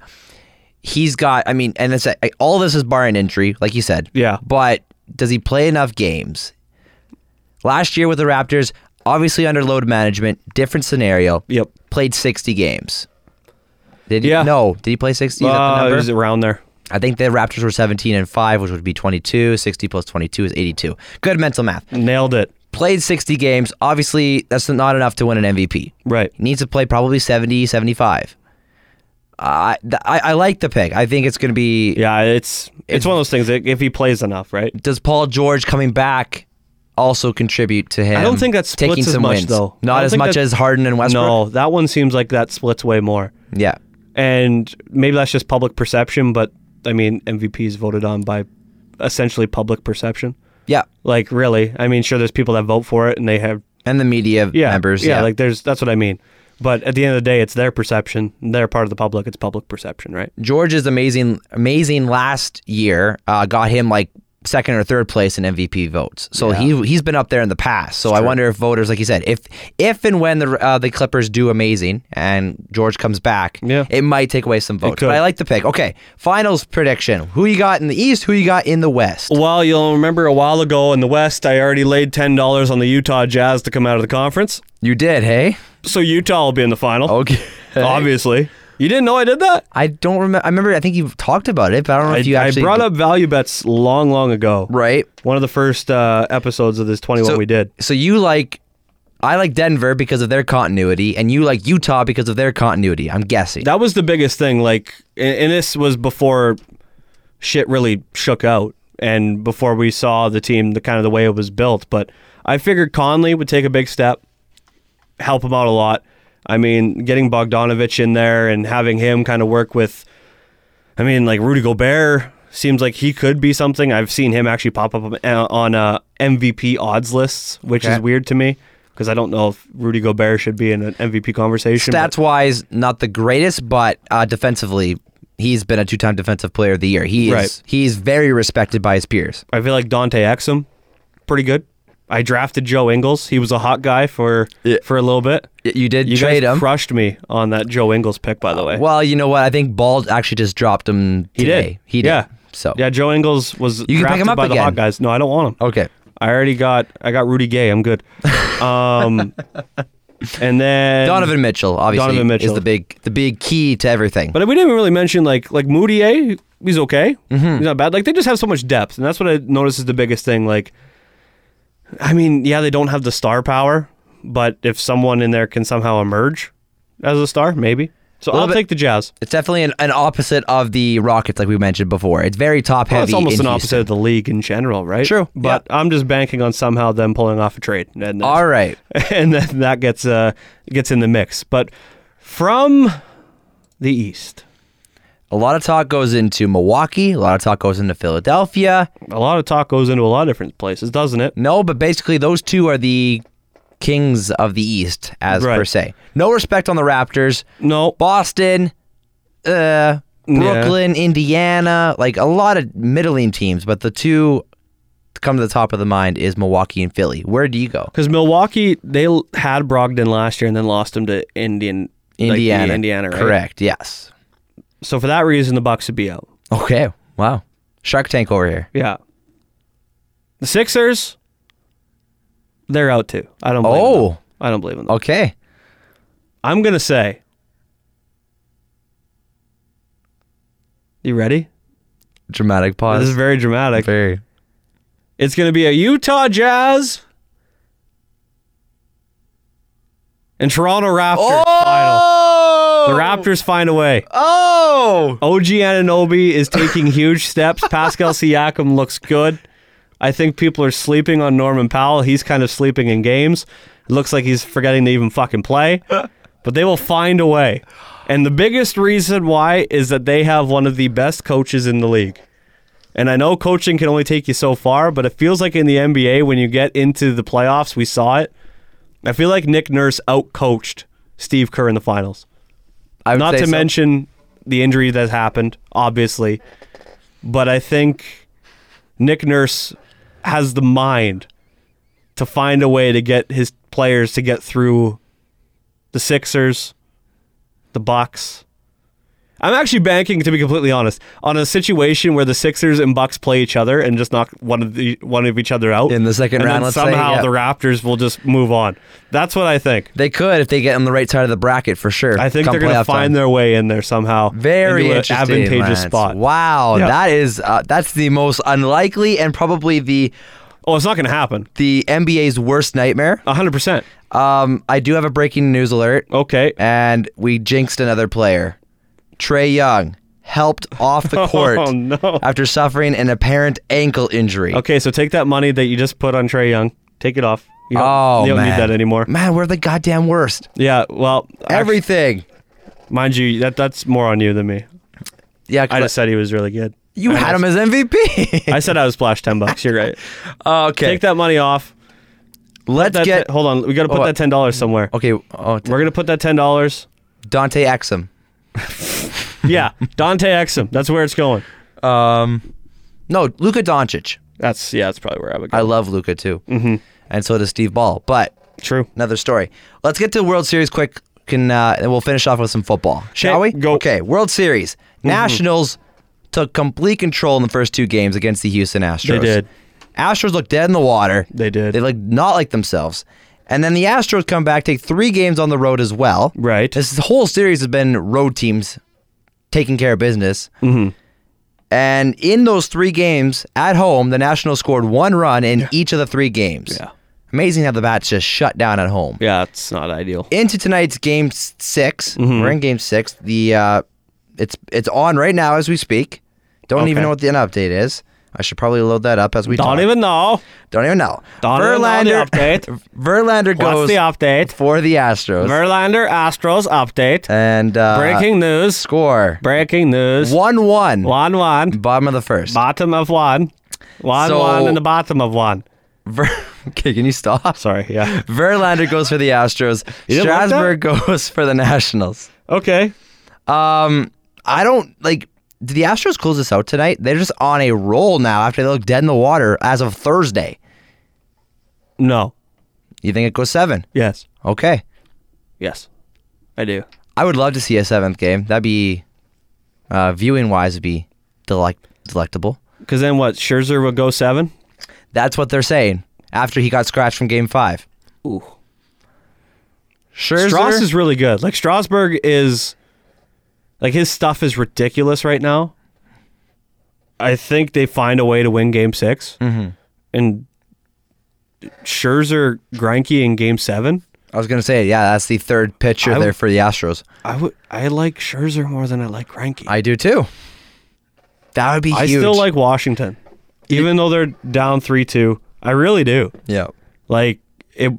S2: he's got. I mean, and it's I, all this is barring injury, like you said.
S3: Yeah.
S2: But does he play enough games? Last year with the Raptors, obviously under load management, different scenario.
S3: do. Yep.
S2: Played sixty games. Did he?
S3: Yeah.
S2: No. Did he play sixty? Is that the
S3: Uh,
S2: number?
S3: is around there.
S2: I think the Raptors were 17 and 5, which would be 22. 60 plus 22 is 82. Good mental math.
S3: Nailed it.
S2: Played 60 games. Obviously, that's not enough to win an MVP.
S3: Right.
S2: He needs to play probably 70, 75. Uh, th- I, I like the pick. I think it's going to be.
S3: Yeah, it's it's one of those things. That if he plays enough, right?
S2: Does Paul George coming back also contribute to him?
S3: I don't think that splits
S2: taking
S3: as
S2: some
S3: much
S2: wins?
S3: though. I
S2: Not
S3: don't
S2: as
S3: think
S2: much
S3: that-
S2: as Harden and Westbrook.
S3: No, that one seems like that splits way more.
S2: Yeah.
S3: And maybe that's just public perception, but I mean MVP is voted on by essentially public perception.
S2: Yeah.
S3: Like really, I mean, sure, there's people that vote for it and they have
S2: And the media
S3: yeah,
S2: members.
S3: Yeah, like there's that's what I mean. But at the end of the day, it's their perception. They're part of the public. It's public perception, right?
S2: George is amazing, amazing last year. Uh, got him like second or third place in MVP votes. So he he's been up there in the past. So I wonder if voters, like you said, if if and when the uh, the Clippers do amazing and George comes back,
S3: Yeah.
S2: it might take away some votes.
S3: could.
S2: But I like the pick. Okay, finals prediction: Who you got in the East? Who you got in the West?
S3: Well, you'll remember a while ago in the West, I already laid ten dollars on the Utah Jazz to come out of the conference.
S2: You did, hey?
S3: So Utah will be in the final.
S2: Okay.
S3: Obviously, you didn't know I did that.
S2: I don't remember. I remember. I think you talked about it, but I don't know
S3: I,
S2: if you
S3: I
S2: actually
S3: brought up value bets long, long ago.
S2: right.
S3: One of the first uh, episodes of this twenty one we did.
S2: So you like, I like Denver because of their continuity, and you like Utah because of their continuity. I'm guessing.
S3: That was the biggest thing. Like, and, and this was before shit really shook out, and before we saw the team, the kind of the way it was built. But I figured Conley would take a big step, help him out a lot. I mean, getting Bogdanovich in there and having him kind of work with, I mean, like Rudy Gobert, Seems like he could be something. I've seen him actually pop up on- on uh, MVP odds lists, which
S2: Okay.
S3: is weird to me because I don't know if Rudy Gobert should be in an MVP conversation. but-
S2: Stats wise, not the greatest, but uh, defensively, he's been a two time defensive player of the year. He is
S3: Right.
S2: he's very respected by his peers.
S3: I feel like Dante Exum, pretty good. I drafted Joe Ingles. He was a hot guy for
S2: Yeah.
S3: for a little bit.
S2: Y- You did
S3: You
S2: trade
S3: guys
S2: him.
S3: crushed me on that Joe Ingles pick, by the way.
S2: well, you know what? I think Bald actually just dropped him
S3: he
S2: today.
S3: did.
S2: He did.
S3: Yeah.
S2: So
S3: yeah, Joe Ingles was
S2: pick
S3: drafted
S2: him up
S3: by the
S2: again.
S3: hot guys. No, I don't want him.
S2: okay.
S3: I already got I got Rudy Gay. I'm good. Um, and then
S2: Donovan Mitchell, obviously,
S3: Donovan Mitchell.
S2: is the big the big key to everything.
S3: But we didn't really mention like like Moutier. He's okay.
S2: Mm-hmm.
S3: He's not bad. Like they just have so much depth, and that's what I notice is the biggest thing. Like, I mean, yeah, they don't have the star power, but if someone in there can somehow emerge as a star, maybe. So
S2: Little
S3: I'll
S2: bit-
S3: take the Jazz.
S2: it's definitely an, an opposite of the Rockets, like we mentioned before. It's very top
S3: Well,
S2: heavy.
S3: it's almost
S2: in
S3: an
S2: Houston.
S3: opposite of the league in general, right?
S2: True,
S3: But I'm just banking on somehow them pulling off a trade, and then,
S2: All right.
S3: and then that gets uh gets in the mix. But from the East,
S2: A lot of talk goes into Milwaukee. A lot of talk goes into Philadelphia.
S3: a lot of talk goes into a lot of different places, doesn't it?
S2: No, but basically those two are the kings of the East, as
S3: Right.
S2: per se. No respect on the Raptors.
S3: No,
S2: Boston, uh, Brooklyn, Indiana, like a lot of middling teams, but the two to come to the top of the mind is Milwaukee and Philly. Where do you go?
S3: Because Milwaukee, they l- had Brogdon last year and then lost him to Indian, like, the
S2: Indiana.
S3: Indiana, right?
S2: Correct. Yes.
S3: So for that reason, the Bucks would be out.
S2: Okay. Wow. Shark Tank over here.
S3: Yeah. The Sixers, they're out too. I don't. Believe
S2: Oh.
S3: them. I don't believe in them.
S2: Okay.
S3: I'm gonna say. You ready?
S2: Dramatic pause.
S3: This is very dramatic.
S2: very.
S3: It's gonna be a Utah Jazz and Toronto Raptors final. The Raptors find a way.
S2: Oh.
S3: OG Ananobi is taking huge steps. Pascal Siakam looks good. I think people are sleeping on Norman Powell. He's kind of sleeping in games. It looks like he's forgetting to even fucking play. But they will find a way. And the biggest reason why is that they have one of the best coaches in the league. And I know coaching can only take you so far, but it feels like in the NBA when you get into the playoffs, we saw it. I feel like Nick Nurse outcoached Steve Kerr in the finals.
S2: I would
S3: Not
S2: say
S3: to
S2: so.
S3: mention the injury that happened, obviously. But I think Nick Nurse has the mind to find a way to get his players to get through the Sixers, the Bucks. I'm actually banking, to be completely honest, on a situation where the Sixers and Bucks play each other and just knock one of the one of each other out
S2: In the second
S3: and
S2: round,
S3: Then
S2: let's say,
S3: somehow
S2: yeah.
S3: the Raptors will just move on. That's what I think.
S2: They could if they get on the right side of the bracket for sure.
S3: I think
S2: come
S3: they're going to
S2: playoff
S3: find
S2: time.
S3: their way in there somehow.
S2: very
S3: into an
S2: interesting
S3: advantageous
S2: Lance.
S3: spot.
S2: Wow,
S3: Yeah.
S2: that is uh, that's the most unlikely and probably the
S3: Oh, it's not going to happen.
S2: the NBA's worst nightmare.
S3: hundred percent.
S2: Um, I do have a breaking news alert,
S3: Okay.
S2: and we jinxed another player. Trey Young helped off the court
S3: Oh no.
S2: after suffering an apparent ankle injury.
S3: Okay, so take that money that you just put on Trey Young. Take it off. You don't,
S2: Oh,
S3: you don't
S2: man.
S3: need that anymore.
S2: Man, we're the goddamn worst.
S3: Yeah. Well, every
S2: Everything.
S3: mind you, that that's more on you than me.
S2: Yeah,
S3: I
S2: but
S3: just said he was really good.
S2: you
S3: I
S2: had him
S3: just-
S2: as MVP.
S3: I said I was splashed ten bucks. You're right.
S2: okay,
S3: Take that money off.
S2: let's
S3: That
S2: get.
S3: hold on. We got to put
S2: Oh,
S3: that ten dollars somewhere.
S2: Okay, oh, t-
S3: We're gonna put that ten dollars.
S2: Dante Exum.
S3: yeah, Dante Exum. That's where it's going.
S2: Um, no, Luka Doncic.
S3: That's yeah. That's probably where I would go.
S2: I love Luka too, mm-hmm. and so does Steve Ball. But
S3: True.
S2: another story. Let's get to the World Series quick, can, uh, and we'll finish off with some football, shall we?
S3: Okay, go. Mm-hmm.
S2: Okay, World Series. Nationals took complete control in the first two games against the Houston Astros.
S3: They did.
S2: Astros looked dead in the water.
S3: They did.
S2: They looked not like themselves. And then the Astros come back, take three games on the road as well.
S3: Right.
S2: This whole series has been road teams taking care of business. Mm-hmm. And in those three games at home, the Nationals scored one run in each of the three games.
S3: Yeah.
S2: Amazing how the bats just shut down at home.
S3: Yeah, Mm-hmm. it's not ideal.
S2: Into tonight's game 6 we We're in game six. The uh, it's it's on right now as we speak. Don't even
S3: Okay.
S2: know what the end update is. I should probably load that up as we
S3: Don't
S2: talk.
S3: even know.
S2: Don't even know.
S3: Don't even know the update.
S2: Verlander
S3: What's
S2: goes
S3: the update?
S2: for the Astros.
S3: Verlander Astros update.
S2: and uh,
S3: Breaking news.
S2: score
S3: Breaking news.
S2: one one.
S3: One one.
S2: Bottom of the first.
S3: Bottom of one. One
S2: So-
S3: one in the bottom of one.
S2: Ver- okay, can you stop?
S3: Sorry. Yeah.
S2: Verlander goes for the Astros.
S3: didn't like
S2: Strasburg goes for the Nationals.
S3: Okay.
S2: Um, I don't like. Did the Astros close this out tonight? They're just on a roll now after they look dead in the water as of Thursday.
S3: No.
S2: You think it goes seven?
S3: Yes.
S2: Okay.
S3: Yes. I do.
S2: I would love to see a seventh game. That'd be, uh, viewing wise, would be delect- delectable.
S3: Because then what? Scherzer would go seven.
S2: That's what they're saying after he got scratched from game five.
S3: Ooh.
S2: Scherzer,
S3: Strauss is really good. Like Strasburg is, like his stuff is ridiculous right now. I think they find a way to win Game 6 and Scherzer, Greinke in Game Seven.
S2: I was gonna say, yeah, that's the third pitcher
S3: I w-
S2: there for the Astros.
S3: I would. I like Scherzer more than I like Greinke.
S2: I do too. That would be
S3: I
S2: huge.
S3: still like Washington, even though they're down three two. I really do.
S2: Yeah.
S3: Like it,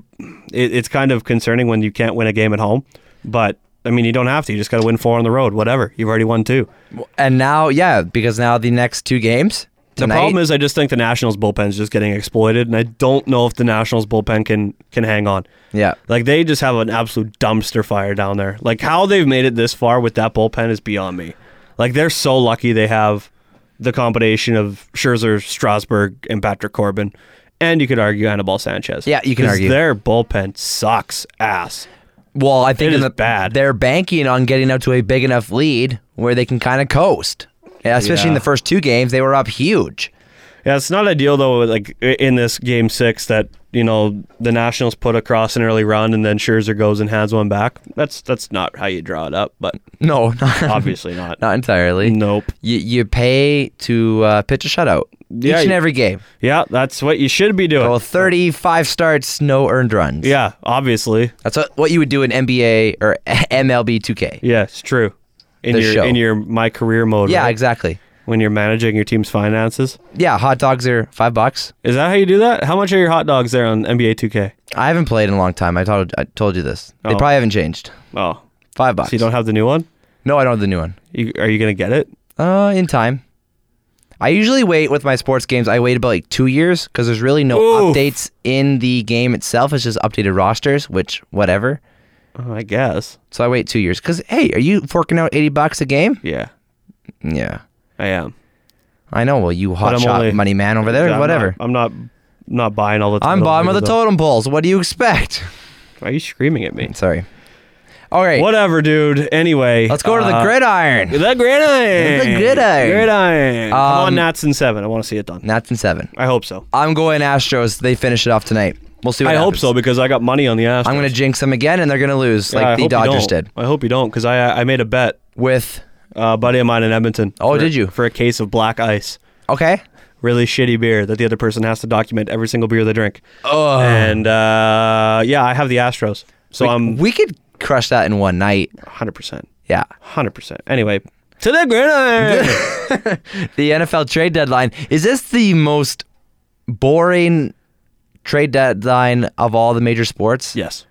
S3: it, it's kind of concerning when you can't win a game at home, but I mean you don't have to. You just got to win four on the road. Whatever. You've already won two.
S2: And now, yeah, because now the next two games.
S3: The
S2: Tonight,
S3: problem is, I just think the Nationals bullpen is just getting exploited, and I don't know if the Nationals bullpen can can hang on.
S2: Yeah.
S3: Like they just have an absolute dumpster fire down there. Like how they've made it this far with that bullpen is beyond me. Like they're so lucky they have the combination of Scherzer, Strasburg, and Patrick Corbin, and you could argue Hannibal Sanchez.
S2: Yeah, you can
S3: 'Cause
S2: argue.
S3: their bullpen sucks ass.
S2: Well, I think
S3: It
S2: in
S3: is
S2: the,
S3: bad.
S2: They're banking on getting up to a big enough lead where they can kind of coast. Yeah, especially in
S3: Yeah.
S2: the first two games, they were up huge.
S3: Yeah, it's not ideal though. Like i- in this game six, that you know the Nationals put across an early run, and then Scherzer goes and hands one back. That's that's not how you draw it up, but
S2: No, not,
S3: obviously not.
S2: not entirely.
S3: Nope.
S2: You you pay to uh, pitch a shutout
S3: Yeah,
S2: each and
S3: you-
S2: every game.
S3: Yeah, that's what you should be doing.
S2: Well, 35 starts, no earned runs.
S3: yeah, obviously.
S2: That's what, what you would do in NBA or MLB 2K.
S3: Yeah, it's true. In
S2: The
S3: your
S2: show.
S3: in your my career mode.
S2: Yeah,
S3: right?
S2: exactly.
S3: When you're managing your team's finances,
S2: Yeah, hot dogs are five bucks.
S3: is that how you do that? How much are your hot dogs there on NBA 2K?
S2: I haven't played in a long time. I told I told you this. They
S3: Oh.
S2: probably haven't changed.
S3: Oh,
S2: Five bucks.
S3: so you don't have the new one?
S2: no, I don't have the new one.
S3: You, are you gonna get it?
S2: Uh, in time. I usually wait with my sports games. I wait about like two years because there's really no
S3: Oof.
S2: updates in the game itself. It's just updated rosters, which whatever.
S3: Oh, I guess.
S2: So I wait two years because hey, are you forking out eighty bucks a game?
S3: Yeah,
S2: Yeah,
S3: I am.
S2: I know. Well, you
S3: I'm
S2: hotshot
S3: only-
S2: money man over there,
S3: Yeah, I'm
S2: whatever.
S3: not- I'm not not buying all the.
S2: I'm,
S3: all
S2: bottom of the
S3: things,
S2: totem poles. What do you expect?
S3: though. Why are you screaming at me?
S2: Sorry. All right,
S3: Whatever, dude. Anyway,
S2: let's go to the
S3: uh,
S2: gridiron.
S3: The gridiron.
S2: The gridiron.
S3: Gridiron. Come on,
S2: Um,
S3: Nats in seven. I want to see it done.
S2: Nats and seven.
S3: I hope so.
S2: I'm going Astros. They finish it off tonight. We'll see. What
S3: I hope
S2: happens.
S3: so because I got money on the Astros.
S2: I'm going to jinx them again, and they're going to lose
S3: Yeah, I
S2: like the
S3: hope you
S2: Dodgers
S3: don't.
S2: did.
S3: I hope you don't because I I made a bet.
S2: With
S3: Uh, a buddy of mine in Edmonton.
S2: Oh,
S3: for-
S2: did you?
S3: For a case of black ice,
S2: okay,
S3: really shitty beer that the other person has to document every single beer they drink.
S2: oh,
S3: And uh, yeah, I have the Astros, so um, I'm
S2: we could crush that in one night.
S3: 100. percent
S2: Yeah.
S3: 100. percent Anyway, to the gridiron.
S2: The NFL trade deadline is this the most boring trade deadline of all the major sports?
S3: Yes.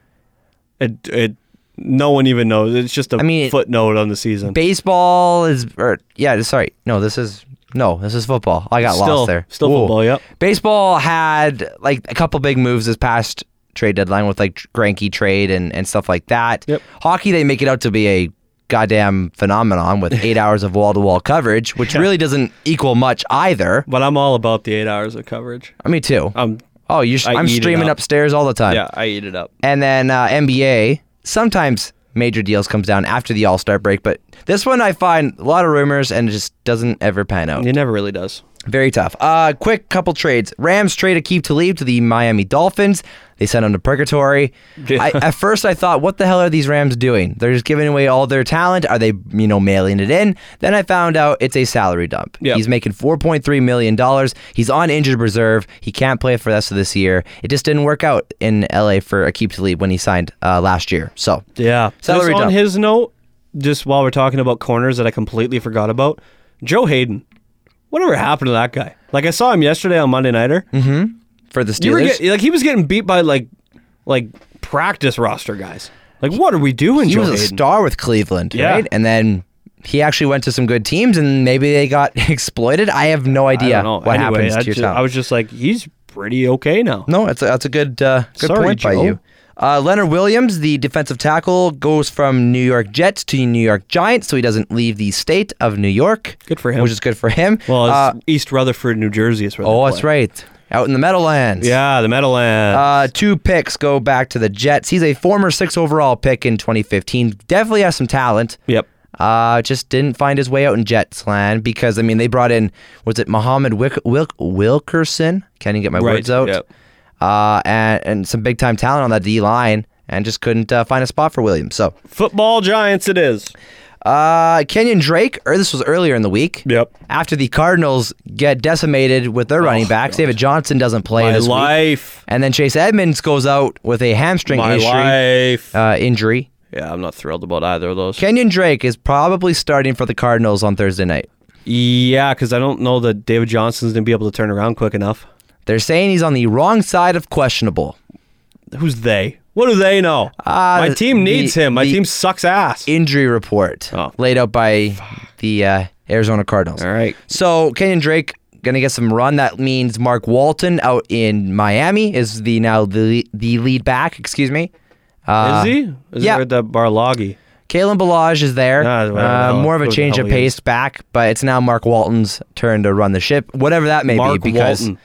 S3: It it no one even knows. It's just a
S2: I mean, it-
S3: footnote on the season.
S2: Baseball is, or yeah, sorry, no, this is no, this is football. I got
S3: Still-
S2: lost there.
S3: still football, yep.
S2: Baseball had like a couple big moves this past trade deadline with like Granky trade and, and stuff like that.
S3: Yep.
S2: Hockey, they make it out to be a goddamn phenomenon with eight hours of wall to wall coverage, which really doesn't equal much either.
S3: but I'm all about the eight hours of coverage.
S2: Me too.
S3: Um,
S2: oh, you sh-
S3: I
S2: I'm
S3: eat it
S2: streaming
S3: up.
S2: upstairs all the time.
S3: yeah, I eat it up.
S2: And then uh, NBA, sometimes major deals comes down after the All Star break, but this one I find a lot of rumors and it just doesn't ever pan out.
S3: It never really does.
S2: Very tough. Uh, quick couple trades. Rams trade Akeem Talib to the Miami Dolphins. They sent him to purgatory.
S3: Yeah.
S2: I, at first, I thought, what the hell are these Rams doing? They're just giving away all their talent. Are they, you know, mailing it in? Then I found out it's a salary dump.
S3: Yeah.
S2: He's making four point three million dollars. He's on injured reserve. He can't play for the rest of this year. It just didn't work out in LA for Akeem Talib when he signed uh, last year. So
S3: Yeah.
S2: Salary
S3: just on
S2: dump.
S3: his note, just while we're talking about corners that I completely forgot about, Joe Hayden. Whatever happened to that guy? Like I saw him yesterday on Monday Nighter.
S2: Mm-hmm. for the Steelers.
S3: You were get, like he was getting beat by like like practice roster guys. Like what are we doing?
S2: he
S3: Joe
S2: was a
S3: Hayden?
S2: star with Cleveland,
S3: Yeah.
S2: right? And then he actually went to some good teams, and maybe they got exploited. I have no
S3: I
S2: idea
S3: don't know.
S2: what
S3: Anyway,
S2: happens
S3: I
S2: to your
S3: ju-
S2: town.
S3: I was just like, he's pretty okay now.
S2: no, that's a, that's a good uh, good
S3: Sorry,
S2: point by
S3: Joe.
S2: you. Uh, Leonard Williams, the defensive tackle, goes from New York Jets to New York Giants, so he doesn't leave the state of New York.
S3: Good for him.
S2: which is good for him.
S3: Well, it's
S2: Uh,
S3: East Rutherford, New Jersey is where.
S2: oh,
S3: they
S2: that's
S3: play.
S2: right, out in the Meadowlands.
S3: Yeah, the Meadowlands.
S2: Uh, two picks go back to the Jets. He's a former six overall pick in 2015. Definitely has some talent.
S3: yep.
S2: Uh, just didn't find his way out in Jets land because I mean they brought in was it Muhammad Wick, Wilk, Wilkerson? Can't even get my
S3: Right,
S2: words out.
S3: yep.
S2: Uh, and and some big time talent on that D line, and just couldn't uh, find a spot for Williams. So
S3: Football Giants, it is.
S2: uh, Kenyon Drake, or this was earlier in the week.
S3: Yep. Oh,
S2: After the Cardinals get decimated with their running backs, David Johnson doesn't play
S3: My
S2: this week.
S3: life.
S2: And then Chase Edmonds goes out with a hamstring
S3: My
S2: injury.
S3: life.
S2: Uh, injury.
S3: yeah, I'm not thrilled about either of those.
S2: Kenyon Drake is probably starting for the Cardinals on Thursday night.
S3: Yeah, because I don't know that David Johnson's gonna be able to turn around quick enough.
S2: They're saying he's on the wrong side of questionable.
S3: Who's they? What do they know? My team
S2: Uh, the-
S3: needs him. My
S2: the-
S3: team sucks ass.
S2: Injury report
S3: Oh.
S2: laid out by the uh, Arizona Cardinals.
S3: All right.
S2: So Kenyon Drake gonna get some run. That means Mark Walton out in Miami is the now the the lead back. Excuse me. Uh,
S3: is he? Is
S2: yeah.
S3: he with the Barloggi?
S2: Kalen Balaj is there.
S3: Ah, whatever the
S2: uh,
S3: hell-
S2: more of a
S3: who the
S2: change
S3: hell
S2: of
S3: he
S2: pace back, but it's now Mark Walton's turn to run the ship, whatever that may
S3: Mark
S2: be. Because
S3: Walton.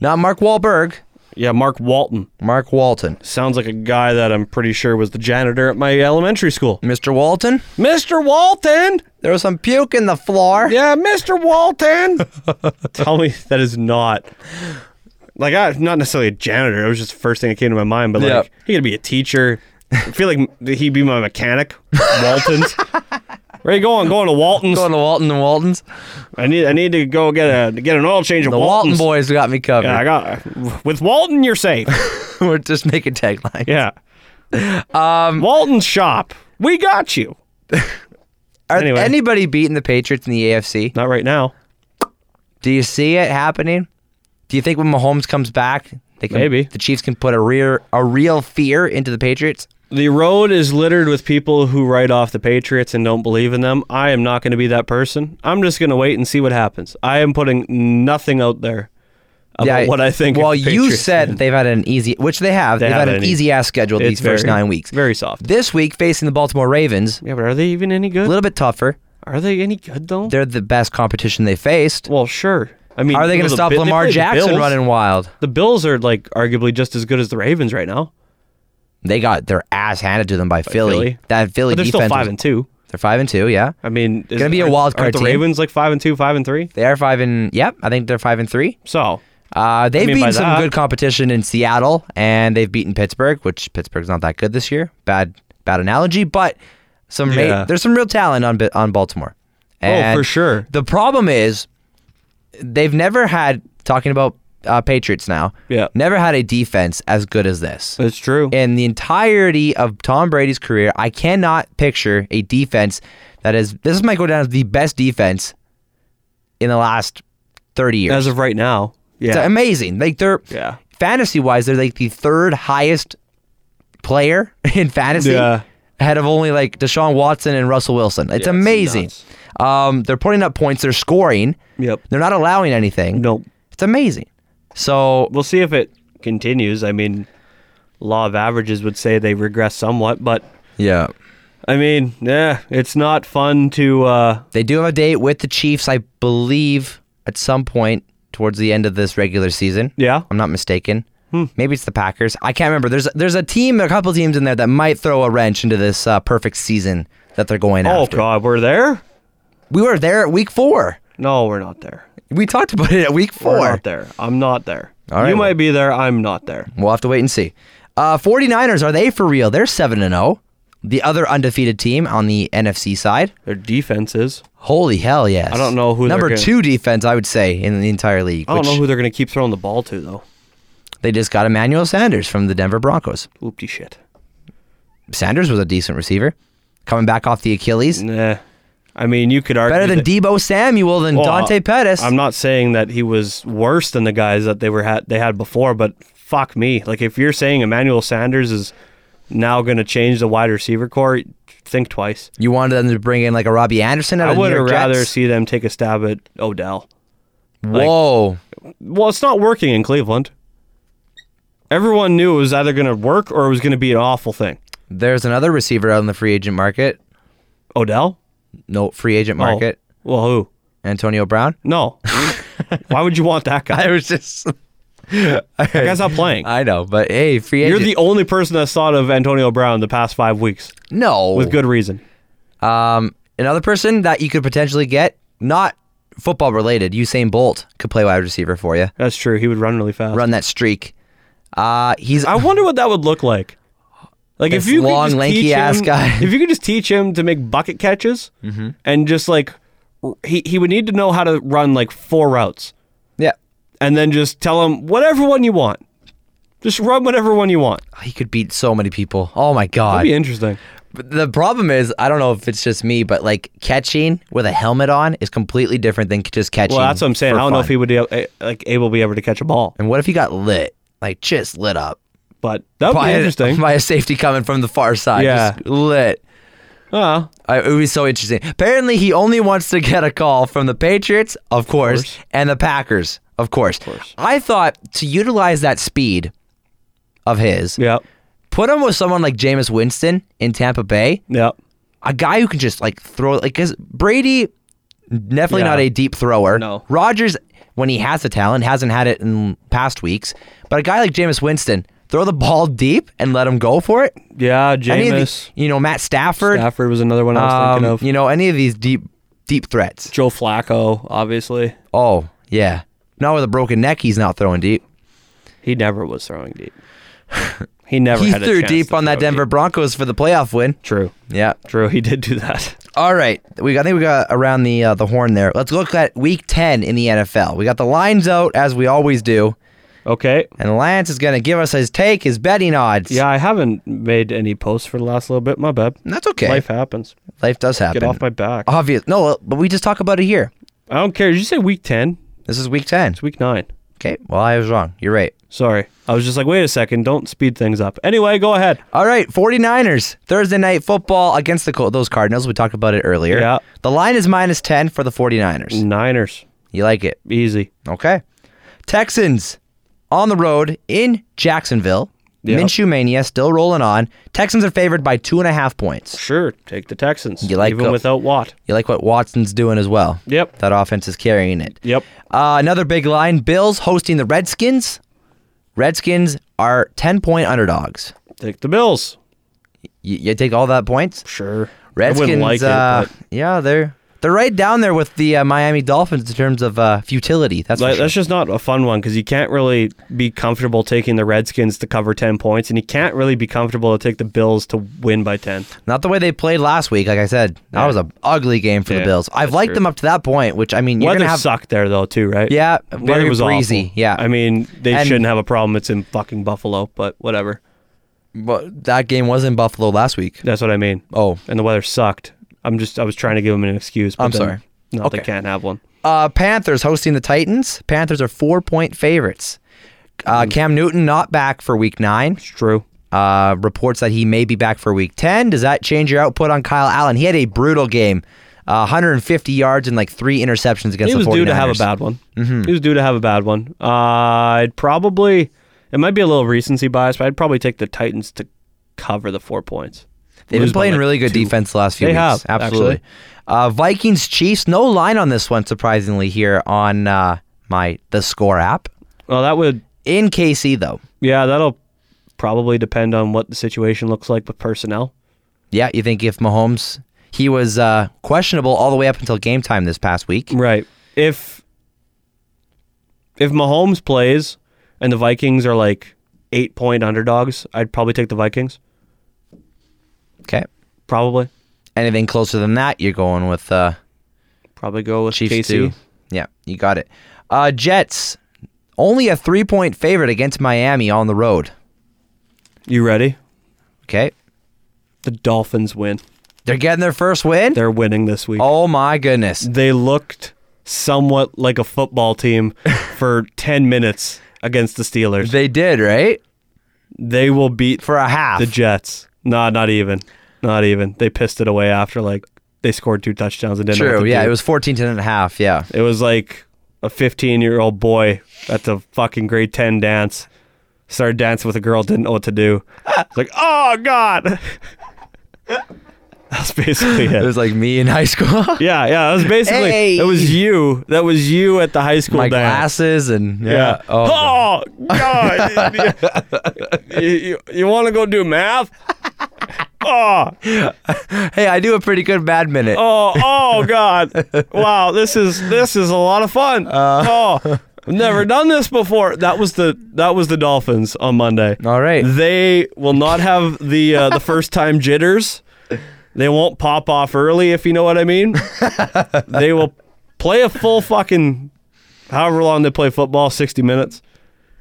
S2: not Mark Wahlberg,
S3: Yeah, Mark Walton.
S2: Mark Walton.
S3: Sounds like a guy that I'm pretty sure was the janitor at my elementary school.
S2: Mr. Walton,
S3: Mr. Walton!
S2: there was some puke in the floor.
S3: Yeah, Mr. Walton! Tell me that is not. Like, I, not necessarily a janitor. It was just the first thing that came to my mind, but like,
S2: Yeah.
S3: he could be a teacher. I feel like he'd be my mechanic. Walton's. Where you going? Going to Walton's.
S2: Going to Walton and Walton's.
S3: I need I need to go get a get an oil change at
S2: The Walton
S3: Walton's.
S2: boys got me covered.
S3: Yeah, I got with Walton. You're safe.
S2: We're just making taglines.
S3: Yeah. Um, Walton's shop. We got you.
S2: Are
S3: Anyway.
S2: anybody beating the Patriots in the AFC?
S3: Not right now.
S2: Do you see it happening? Do you think when Mahomes comes back, they can,
S3: Maybe.
S2: the Chiefs can put a rear a real fear into the Patriots?
S3: The road is littered with people who write off the Patriots and don't believe in them. I am not going to be that person. I'm just going to wait and see what happens. I am putting nothing out there about what I think. of
S2: Well,
S3: the
S2: you
S3: Patriots.
S2: said that they've had an easy, which they have. They have
S3: have
S2: had an
S3: had an e-,
S2: easy ass schedule these
S3: It's very-
S2: first nine weeks.
S3: very soft.
S2: This week facing the Baltimore Ravens,
S3: Yeah, but are they even any
S2: a
S3: good?
S2: little bit tougher.
S3: Are they any good though?
S2: They're the best competition they faced.
S3: well, sure. I mean,
S2: Are they going
S3: you know,
S2: to
S3: the
S2: stop
S3: Bi- they
S2: Lamar
S3: played the
S2: Jackson
S3: Bills.
S2: running wild?
S3: The Bills are like arguably just as good as the Ravens right now.
S2: They got their ass handed to them by Philly.
S3: Philly.
S2: That Philly
S3: But they're
S2: defense.
S3: still five
S2: was-
S3: and two.
S2: They're five and two. Yeah,
S3: I mean, is-
S2: Gonna be a
S3: aren't-
S2: wild card
S3: aren't The
S2: team.
S3: Ravens like five and two, five and three.
S2: they are five and. Yep, I think they're five and three.
S3: So
S2: Uh, they've
S3: mean, by
S2: beaten some
S3: that-
S2: good competition in Seattle, and they've beaten Pittsburgh, which Pittsburgh's not that good this year. Bad, bad analogy, but some ma-
S3: Yeah. Oh,
S2: there's some real talent on Bi- on Baltimore. And
S3: for sure.
S2: The problem is they've never had talking about uh, Patriots now.
S3: Yeah.
S2: never had a defense as good as this.
S3: it's true.
S2: In the entirety of Tom Brady's career, I cannot picture a defense that is. This might go down as the best defense in the last thirty years.
S3: As of right now,
S2: It's
S3: yeah,
S2: amazing. Like they're
S3: Yeah.
S2: fantasy wise, they're like the third highest player in fantasy.
S3: Yeah.
S2: Ahead of only like Deshaun Watson and Russell Wilson. It's
S3: Yeah, it's
S2: amazing.
S3: nuts.
S2: um, they're putting up points, they're scoring.
S3: Yep.
S2: They're not allowing anything.
S3: Nope.
S2: It's amazing. So
S3: we'll see if it continues. I mean, law of averages would say they regress somewhat, but
S2: Yeah.
S3: I mean, yeah, it's not fun to. uh
S2: They do have a date with the Chiefs, I believe, at some point towards the end of this regular season.
S3: Yeah. Hmm.
S2: I'm not mistaken. Maybe it's the Packers. I can't remember. There's there's a team, a couple teams in there that might throw a wrench into this uh, perfect season that they're going
S3: Oh
S2: after.
S3: God, we're there?
S2: We were there at week four.
S3: No, we're not there.
S2: We talked about it at week
S3: We're
S2: four.
S3: not there. I'm not there.
S2: All right,
S3: you
S2: well.
S3: might be there. I'm not there.
S2: We'll have to wait and see. Uh, 49ers, are they for real? They're 7 and 0. The other undefeated team on the NFC side.
S3: Their defense is.
S2: Holy hell, yes. I
S3: don't know who they're
S2: Number
S3: gonna-
S2: two defense, I would say, in the entire league.
S3: I don't
S2: which
S3: know who they're going to keep throwing the ball to though.
S2: They just got Emmanuel Sanders from the Denver Broncos.
S3: Oopty shit.
S2: Sanders was a decent receiver. Coming back off the Achilles.
S3: Nah. I mean, you could argue
S2: Better than
S3: that-
S2: Debo Samuel than
S3: Well,
S2: Dante Pettis.
S3: I'm not saying that he was worse than the guys that they were had they had before, but fuck me. Like if you're saying Emmanuel Sanders is now going to change the wide receiver core, think twice.
S2: you wanted them to bring in like a Robbie Anderson out
S3: I
S2: of the
S3: would
S2: New
S3: have
S2: York
S3: rather
S2: Jets?
S3: see them take a stab at Odell.
S2: Whoa.
S3: Well, it's not working in Cleveland. Everyone knew it was either going to work or it was going to be an awful thing.
S2: There's another receiver out in the free agent market.
S3: Odell?
S2: No, free agent
S3: Oh.
S2: market.
S3: Well, who?
S2: Antonio Brown.
S3: No. Why would you want that guy?
S2: I was just.
S3: That guy's not playing.
S2: I know, but hey, free
S3: You're
S2: agent.
S3: the only person that's thought of Antonio Brown the past five weeks
S2: no.
S3: with good reason.
S2: Um, another person that you could potentially get, not football related, Usain Bolt could play wide receiver for you,
S3: That's true. He would run really fast.
S2: run that streak. Uh, he's
S3: I wonder what that would look like. Like
S2: This
S3: if you
S2: long,
S3: could just
S2: lanky
S3: teach
S2: ass
S3: him,
S2: guy.
S3: If you could just teach him to make bucket catches and just like r- he he would need to know how to run like four routes
S2: yeah,
S3: and then just tell him whatever one you want. Just run whatever one you want.
S2: he could beat so many people. Oh my god.
S3: That'd be interesting.
S2: But the problem is, I don't know if it's just me, but like catching with a helmet on is completely different than just catching.
S3: Well, that's what I'm saying. I
S2: for
S3: don't know
S2: fun.
S3: if he would be a- like able to be able to catch a ball,
S2: And what if he got lit, like just lit up
S3: but that would be
S2: by,
S3: interesting.
S2: by a safety coming from the far side?
S3: Yeah.
S2: just lit.
S3: Ah,
S2: I, it would be so interesting. Apparently, he only wants to get a call from the Patriots, of course,
S3: course.
S2: and the Packers, of course.
S3: course.
S2: I thought to utilize that speed of his,
S3: yeah,
S2: put him with someone like Jameis Winston in Tampa Bay,
S3: yeah.
S2: a guy who can just like throw, like, because Brady, definitely
S3: Yeah.
S2: not a deep thrower.
S3: No.
S2: Rodgers, when he has the talent, hasn't had it in past weeks. But a guy like Jameis Winston, throw the ball deep and let him go for it.
S3: Yeah,
S2: Any of the-
S3: Jameis.
S2: you know, Matt Stafford.
S3: Stafford was another one I was thinking
S2: Um,
S3: of.
S2: You know, any of these deep deep threats.
S3: Joe Flacco, obviously.
S2: Oh, yeah. Not with a broken neck, he's not throwing deep.
S3: He never was throwing deep. He never
S2: he
S3: had a
S2: threw
S3: chance
S2: deep
S3: to
S2: on that
S3: throw
S2: Denver
S3: deep.
S2: Broncos for the playoff win.
S3: True.
S2: Yeah.
S3: True. He did do that.
S2: All right. We got, I think we got around the uh, the horn there. Let's look at week 10 in the NFL. We got the lines out as we always do,
S3: Okay.
S2: and Lance is going to give us his take, his betting odds.
S3: Yeah, I haven't made any posts for the last little bit. My bad.
S2: That's okay. Uh-huh.
S3: Life
S2: Life,
S3: happens.
S2: does happen.
S3: Get off my back.
S2: Obvious. No, uh, but we just talk about it here.
S3: I don't care. Did you say week 10?
S2: This is week 10.
S3: It's week 9.
S2: Okay. Well, I was wrong. You're right.
S3: Sorry. I was just like, wait a second. Don't speed things up. Anyway, go ahead.
S2: All right, 49ers, Thursday night football against the Col- those Cardinals. We talked about it earlier.
S3: Yeah. Mm.
S2: The line is minus 10 for the 49ers.
S3: Niners.
S2: You like it?
S3: Easy.
S2: Okay. Texans on the road in Jacksonville.
S3: Yeah.
S2: Minshew Mania still rolling on. Texans are favored by two and a half points.
S3: Sure. Take the Texans.
S2: You like
S3: Even
S2: the-
S3: without Watt.
S2: You like what Watson's doing as well.
S3: Yep.
S2: That offense is carrying it.
S3: Yep.
S2: Uh, another big line Bills hosting the Redskins. Redskins are 10 point underdogs.
S3: Take the Bills.
S2: You, you take all that points?
S3: Sure. I
S2: Redskins,
S3: wouldn't like
S2: uh,
S3: it.
S2: yeah, they're they're right down there with the uh, Miami Dolphins in terms of uh, futility. That's
S3: Like,
S2: for sure.
S3: That's just not a fun one because you can't really be comfortable taking the Redskins to cover 10 points, and you can't really be comfortable to take the Bills to win by 10.
S2: not the way they played last week. Like I said, that
S3: Yeah.
S2: was an ugly game for the
S3: Yeah,
S2: Bills. I've
S3: that's
S2: liked
S3: true.
S2: them up to that point, which I mean, you're
S3: Weather
S2: gonna have
S3: sucked there, though, too, right?
S2: Yeah, very
S3: Weather was
S2: breezy,
S3: awful.
S2: yeah.
S3: I mean, they
S2: And-
S3: shouldn't have a problem. It's in fucking Buffalo, but whatever.
S2: well, that game was in Buffalo last week.
S3: That's what I mean.
S2: Oh,
S3: And the weather sucked. I'm just, I was trying to give them an excuse. But
S2: I'm
S3: then-
S2: sorry.
S3: No, they
S2: Okay.
S3: can't have one.
S2: uh, Panthers hosting the Titans. Panthers are four point favorites. Uh, Cam Newton not back for Week Nine.
S3: It's true.
S2: Uh, reports that he may be back for week 10. Does that change your output on Kyle Allen? He had a brutal game uh, 150 yards and like three interceptions against
S3: He
S2: the Mm-hmm. 49ers.
S3: was due to have a bad one. He was due to have a bad one. Uh, I'd probably, it might be a little recency bias, but I'd probably take the Titans to cover the four points.
S2: They've been
S3: Lose by,
S2: playing
S3: like,
S2: really good
S3: two.
S2: defense the last few
S3: They
S2: weeks.
S3: have,
S2: Absolutely.
S3: actually.
S2: Uh, Vikings, Chiefs, no line on this one, surprisingly, here on uh, my The Score app.
S3: Well, that would,
S2: In KC, though.
S3: yeah, that'll probably depend on what the situation looks like with personnel.
S2: Yeah, you think if Mahomes, he was uh, questionable all the way up until game time this past week.
S3: Right. If if Mahomes plays and the Vikings are like eight point underdogs, I'd probably take the Vikings.
S2: Okay.
S3: Probably.
S2: Anything closer than that, you're going with. Uh,
S3: Probably go with
S2: Chiefs
S3: KC.
S2: too. Yeah, you got it. Uh, Jets only a three point favorite against Miami on the road.
S3: You ready?
S2: Okay,
S3: The Dolphins win.
S2: They're getting their first win.
S3: They're winning this week.
S2: oh my goodness.
S3: They looked somewhat like a football team for 10 minutes against the Steelers.
S2: They did, right?
S3: They will beat
S2: For a half.
S3: the Jets. Nah, not even. Not even. They pissed it away after like they scored two touchdowns and didn't know what
S2: True.
S3: to
S2: Yeah,
S3: do.
S2: it was 14 10 and a half. Yeah.
S3: It was like a 15 year old boy at the fucking grade 10 dance started dancing with a girl, didn't know what to do. It's like, oh, God. That's basically
S2: It
S3: it.
S2: was like me in high school.
S3: Yeah, yeah. That was basically,
S2: Hey.
S3: it was you. That was you at the high school
S2: my
S3: dance.
S2: glasses and yeah.
S3: Yeah.
S2: Oh,
S3: Oh, God. you want to go do math? Oh,
S2: hey, I do a pretty good bad minute.
S3: oh, oh, God! Wow, this is this is a lot of fun.
S2: Uh.
S3: oh, I've never done this before. That was the that was the Dolphins on Monday.
S2: All right.
S3: they will not have the uh, the first time jitters. They won't pop off early, if you know what I mean. they will play a full fucking however long they play football, sixty minutes.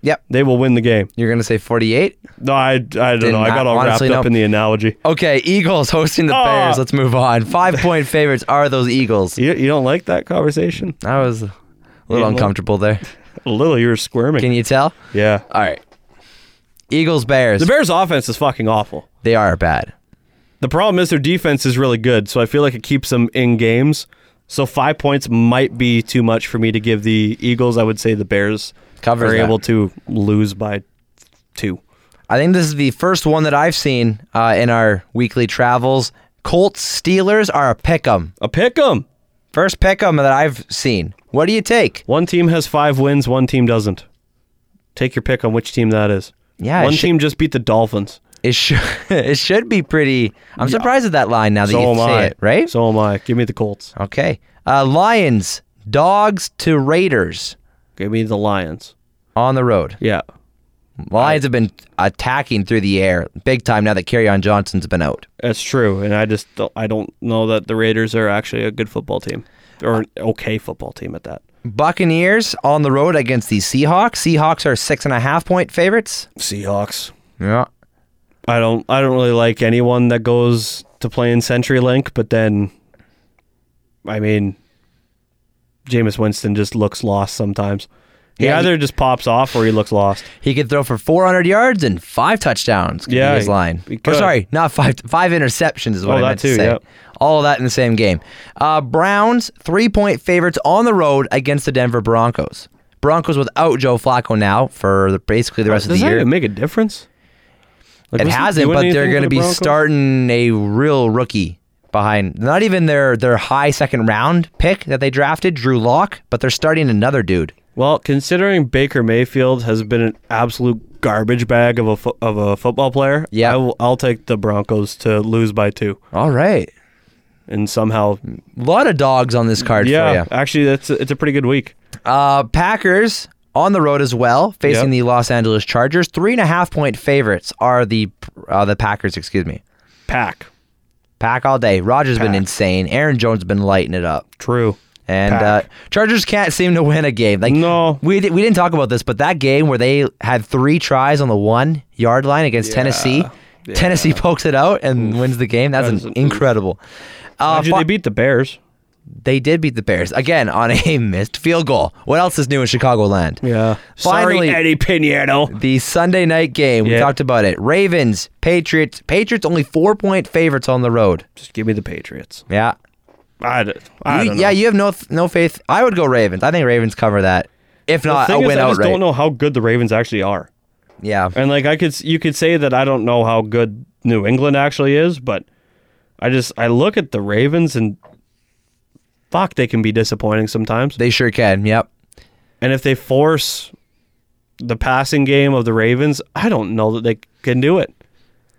S2: Yep.
S3: They will win the game.
S2: You're gonna say 48.
S3: No, I, I don't
S2: Did
S3: know. I
S2: not-
S3: got all wrapped
S2: honestly,
S3: up
S2: no.
S3: in the analogy.
S2: Okay, Eagles hosting the
S3: Oh.
S2: Bears. Let's move on. Five point favorites are those Eagles.
S3: You, you don't like that conversation?
S2: I was a little
S3: look-
S2: uncomfortable there.
S3: A little, you were squirming.
S2: Can you tell?
S3: yeah.
S2: All right. Eagles Bears.
S3: The Bears' offense is fucking awful.
S2: they are bad.
S3: The problem is their defense is really good, so I feel like it keeps them in games. So five points might be too much for me to give the Eagles. I would say the Bears
S2: Covers
S3: are
S2: that.
S3: able to lose by two.
S2: I think this is the first one that I've seen uh, in our weekly travels. Colts Steelers are a pick 'em.
S3: A pick 'em.
S2: First pick 'em that I've seen. What do you take?
S3: One team has five wins, one team doesn't. Take your pick on which team that is.
S2: Yeah,
S3: one
S2: it sh-
S3: team just beat the Dolphins.
S2: It should it should be pretty. I'm surprised at that line now that
S3: So
S2: you
S3: am
S2: say
S3: I.
S2: it, right?
S3: So am I. Give me the Colts.
S2: okay. Uh, Lions, dogs to Raiders
S3: Give me the Lions.
S2: on the road.
S3: Yeah.
S2: Lions have been attacking through the air big time now that Carryon Johnson's been out.
S3: That's true, and I just don't, I don't know that the Raiders are actually a good football team or an okay football team at that.
S2: Buccaneers on the road against the Seahawks. Seahawks are six and a half point favorites.
S3: Seahawks.
S2: Yeah.
S3: I don't I don't really like anyone that goes to play in CenturyLink, but then I mean Jameis Winston just looks lost sometimes. He
S2: Yeah, he-
S3: either just pops off or he looks lost.
S2: He could throw for 400 yards and five touchdowns. Could be
S3: Yeah,
S2: his
S3: he-
S2: line.
S3: he
S2: Or
S3: could.
S2: sorry, not five. Five interceptions is what
S3: Oh,
S2: I
S3: that
S2: meant
S3: too,
S2: to say.
S3: yep.
S2: All of that in the same game. Uh, Browns three point favorites on the road against the Denver Broncos. Broncos without Joe Flacco now for the, basically the rest of
S3: Does
S2: the
S3: that
S2: year.
S3: even make a difference? Like,
S2: it
S3: was he
S2: hasn't,
S3: doing
S2: but
S3: anything
S2: they're
S3: for
S2: going to
S3: the
S2: be
S3: Broncos?
S2: starting a real rookie behind. Not even their their high second round pick that they drafted, Drew Locke, but they're starting another dude.
S3: Well, considering Baker Mayfield has been an absolute garbage bag of a fo- of a football player,
S2: Yeah.
S3: I will, I'll take the Broncos to lose by two
S2: All right,
S3: and somehow.
S2: a lot of dogs on this card for you.
S3: Yeah, actually, that's a, it's a pretty good week.
S2: Uh, Packers on the road as well, facing
S3: Yep.
S2: the Los Angeles Chargers. Three and a half point favorites are the uh, the Packers. Excuse me.
S3: Pack,
S2: Pack all day. Rogers been insane. Aaron Jones been lighting it up.
S3: true.
S2: And uh,
S3: Pack.
S2: Chargers can't seem to win a game. Like
S3: No.
S2: we di- we didn't talk about this, but that game where they had three tries on the one yard line against Tennessee, Tennessee pokes it out and wins the game. That's
S3: That is
S2: an
S3: an oof.
S2: incredible. Uh,
S3: Mind you,
S2: fi-
S3: they beat the Bears.
S2: they did beat the Bears again on a missed field goal. What else is new in Chicagoland?
S3: Yeah.
S2: Finally-
S3: Sorry, Eddie Pinheiro.
S2: The Sunday night game, we
S3: Yeah.
S2: talked about it. Ravens, Patriots. Patriots only four point favorites on the road.
S3: Just give me the Patriots.
S2: Yeah.
S3: I, d- I
S2: You-
S3: don't know.
S2: yeah, you have no no faith. I would go Ravens. I think Ravens cover that. If
S3: the
S2: not, a
S3: thing is,
S2: win
S3: I just
S2: outright.
S3: don't know how good the Ravens actually are.
S2: Yeah.
S3: And like I could, s- you could say that I don't know how good New England actually is, but I just I look at the Ravens and fuck, they can be disappointing sometimes.
S2: They sure can. Yep.
S3: And if they force the passing game of the Ravens, I don't know that they can do it.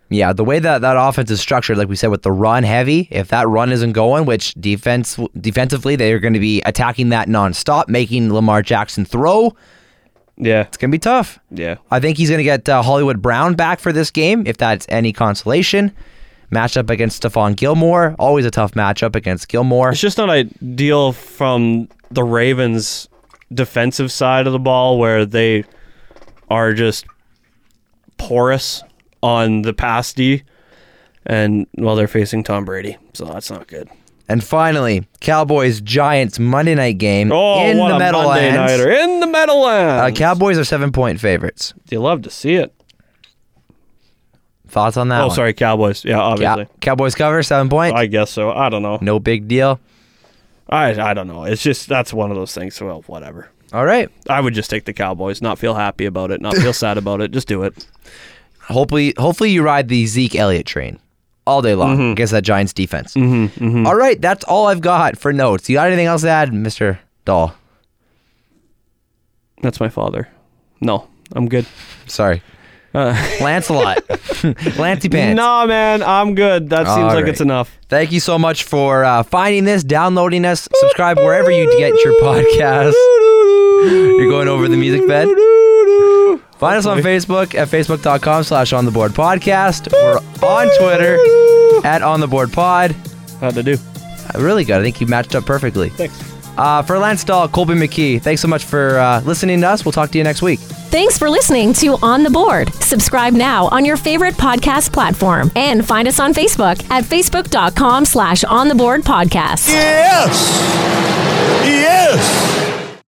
S2: Yeah, the way that that offense is structured, like we said, with the run heavy, if that run isn't going, which defense defensively they are going to be attacking that nonstop, making Lamar Jackson throw,
S3: Yeah,
S2: it's going to be tough.
S3: yeah.
S2: I think he's going to get uh, Hollywood Brown back for this game, if that's any consolation. Matchup against Stephon Gilmore, always a tough matchup against Gilmore.
S3: It's just not ideal from the Ravens' defensive side of the ball, where they are just porous on the pass D, and well, they're facing Tom Brady, so that's not good.
S2: And finally, Cowboys Giants Monday night game
S3: Oh,
S2: in
S3: what
S2: the
S3: a Monday
S2: Meadowlands.
S3: nighter in the
S2: Uh,
S3: Meadowlands.
S2: Cowboys are seven point favorites.
S3: you love to see it.
S2: Thoughts on that?
S3: Oh,
S2: one?
S3: sorry, Cowboys. Yeah,
S2: Yeah.
S3: obviously.
S2: Cowboys cover seven points.
S3: I guess so. I don't know.
S2: no big deal.
S3: I I don't know. It's just that's one of those things. Well, whatever.
S2: All right.
S3: I would just take the Cowboys, not feel happy about it, not feel sad about it. Just do it.
S2: Hopefully, hopefully you ride the Zeke Elliott train all day long
S3: Mm-hmm.
S2: against that Giants defense. All right, that's all I've got for notes. You got anything else to add, Mister Dahl?
S3: That's my father. No, I'm good.
S2: Sorry, Lancelot, Lancy Pants.
S3: Uh, No, man, I'm good. That seems
S2: All
S3: like
S2: right.
S3: it's enough.
S2: Thank you so much for uh, finding this, downloading us, subscribe wherever you get your podcast. You're going over the music bed. Find us on Facebook at facebook.com slash on the board podcast. We're on Twitter at on the board pod. Uh,
S3: How'd to do?
S2: Really good. I think you matched up perfectly.
S3: Thanks.
S2: Uh, for Lance Dahl, Colby McKee, thanks so much for uh, listening to us. We'll talk to you next week.
S1: Thanks for listening to On the Board. Subscribe now on your favorite podcast platform and find us on Facebook at facebook.com slash on the board podcast.
S4: Yes!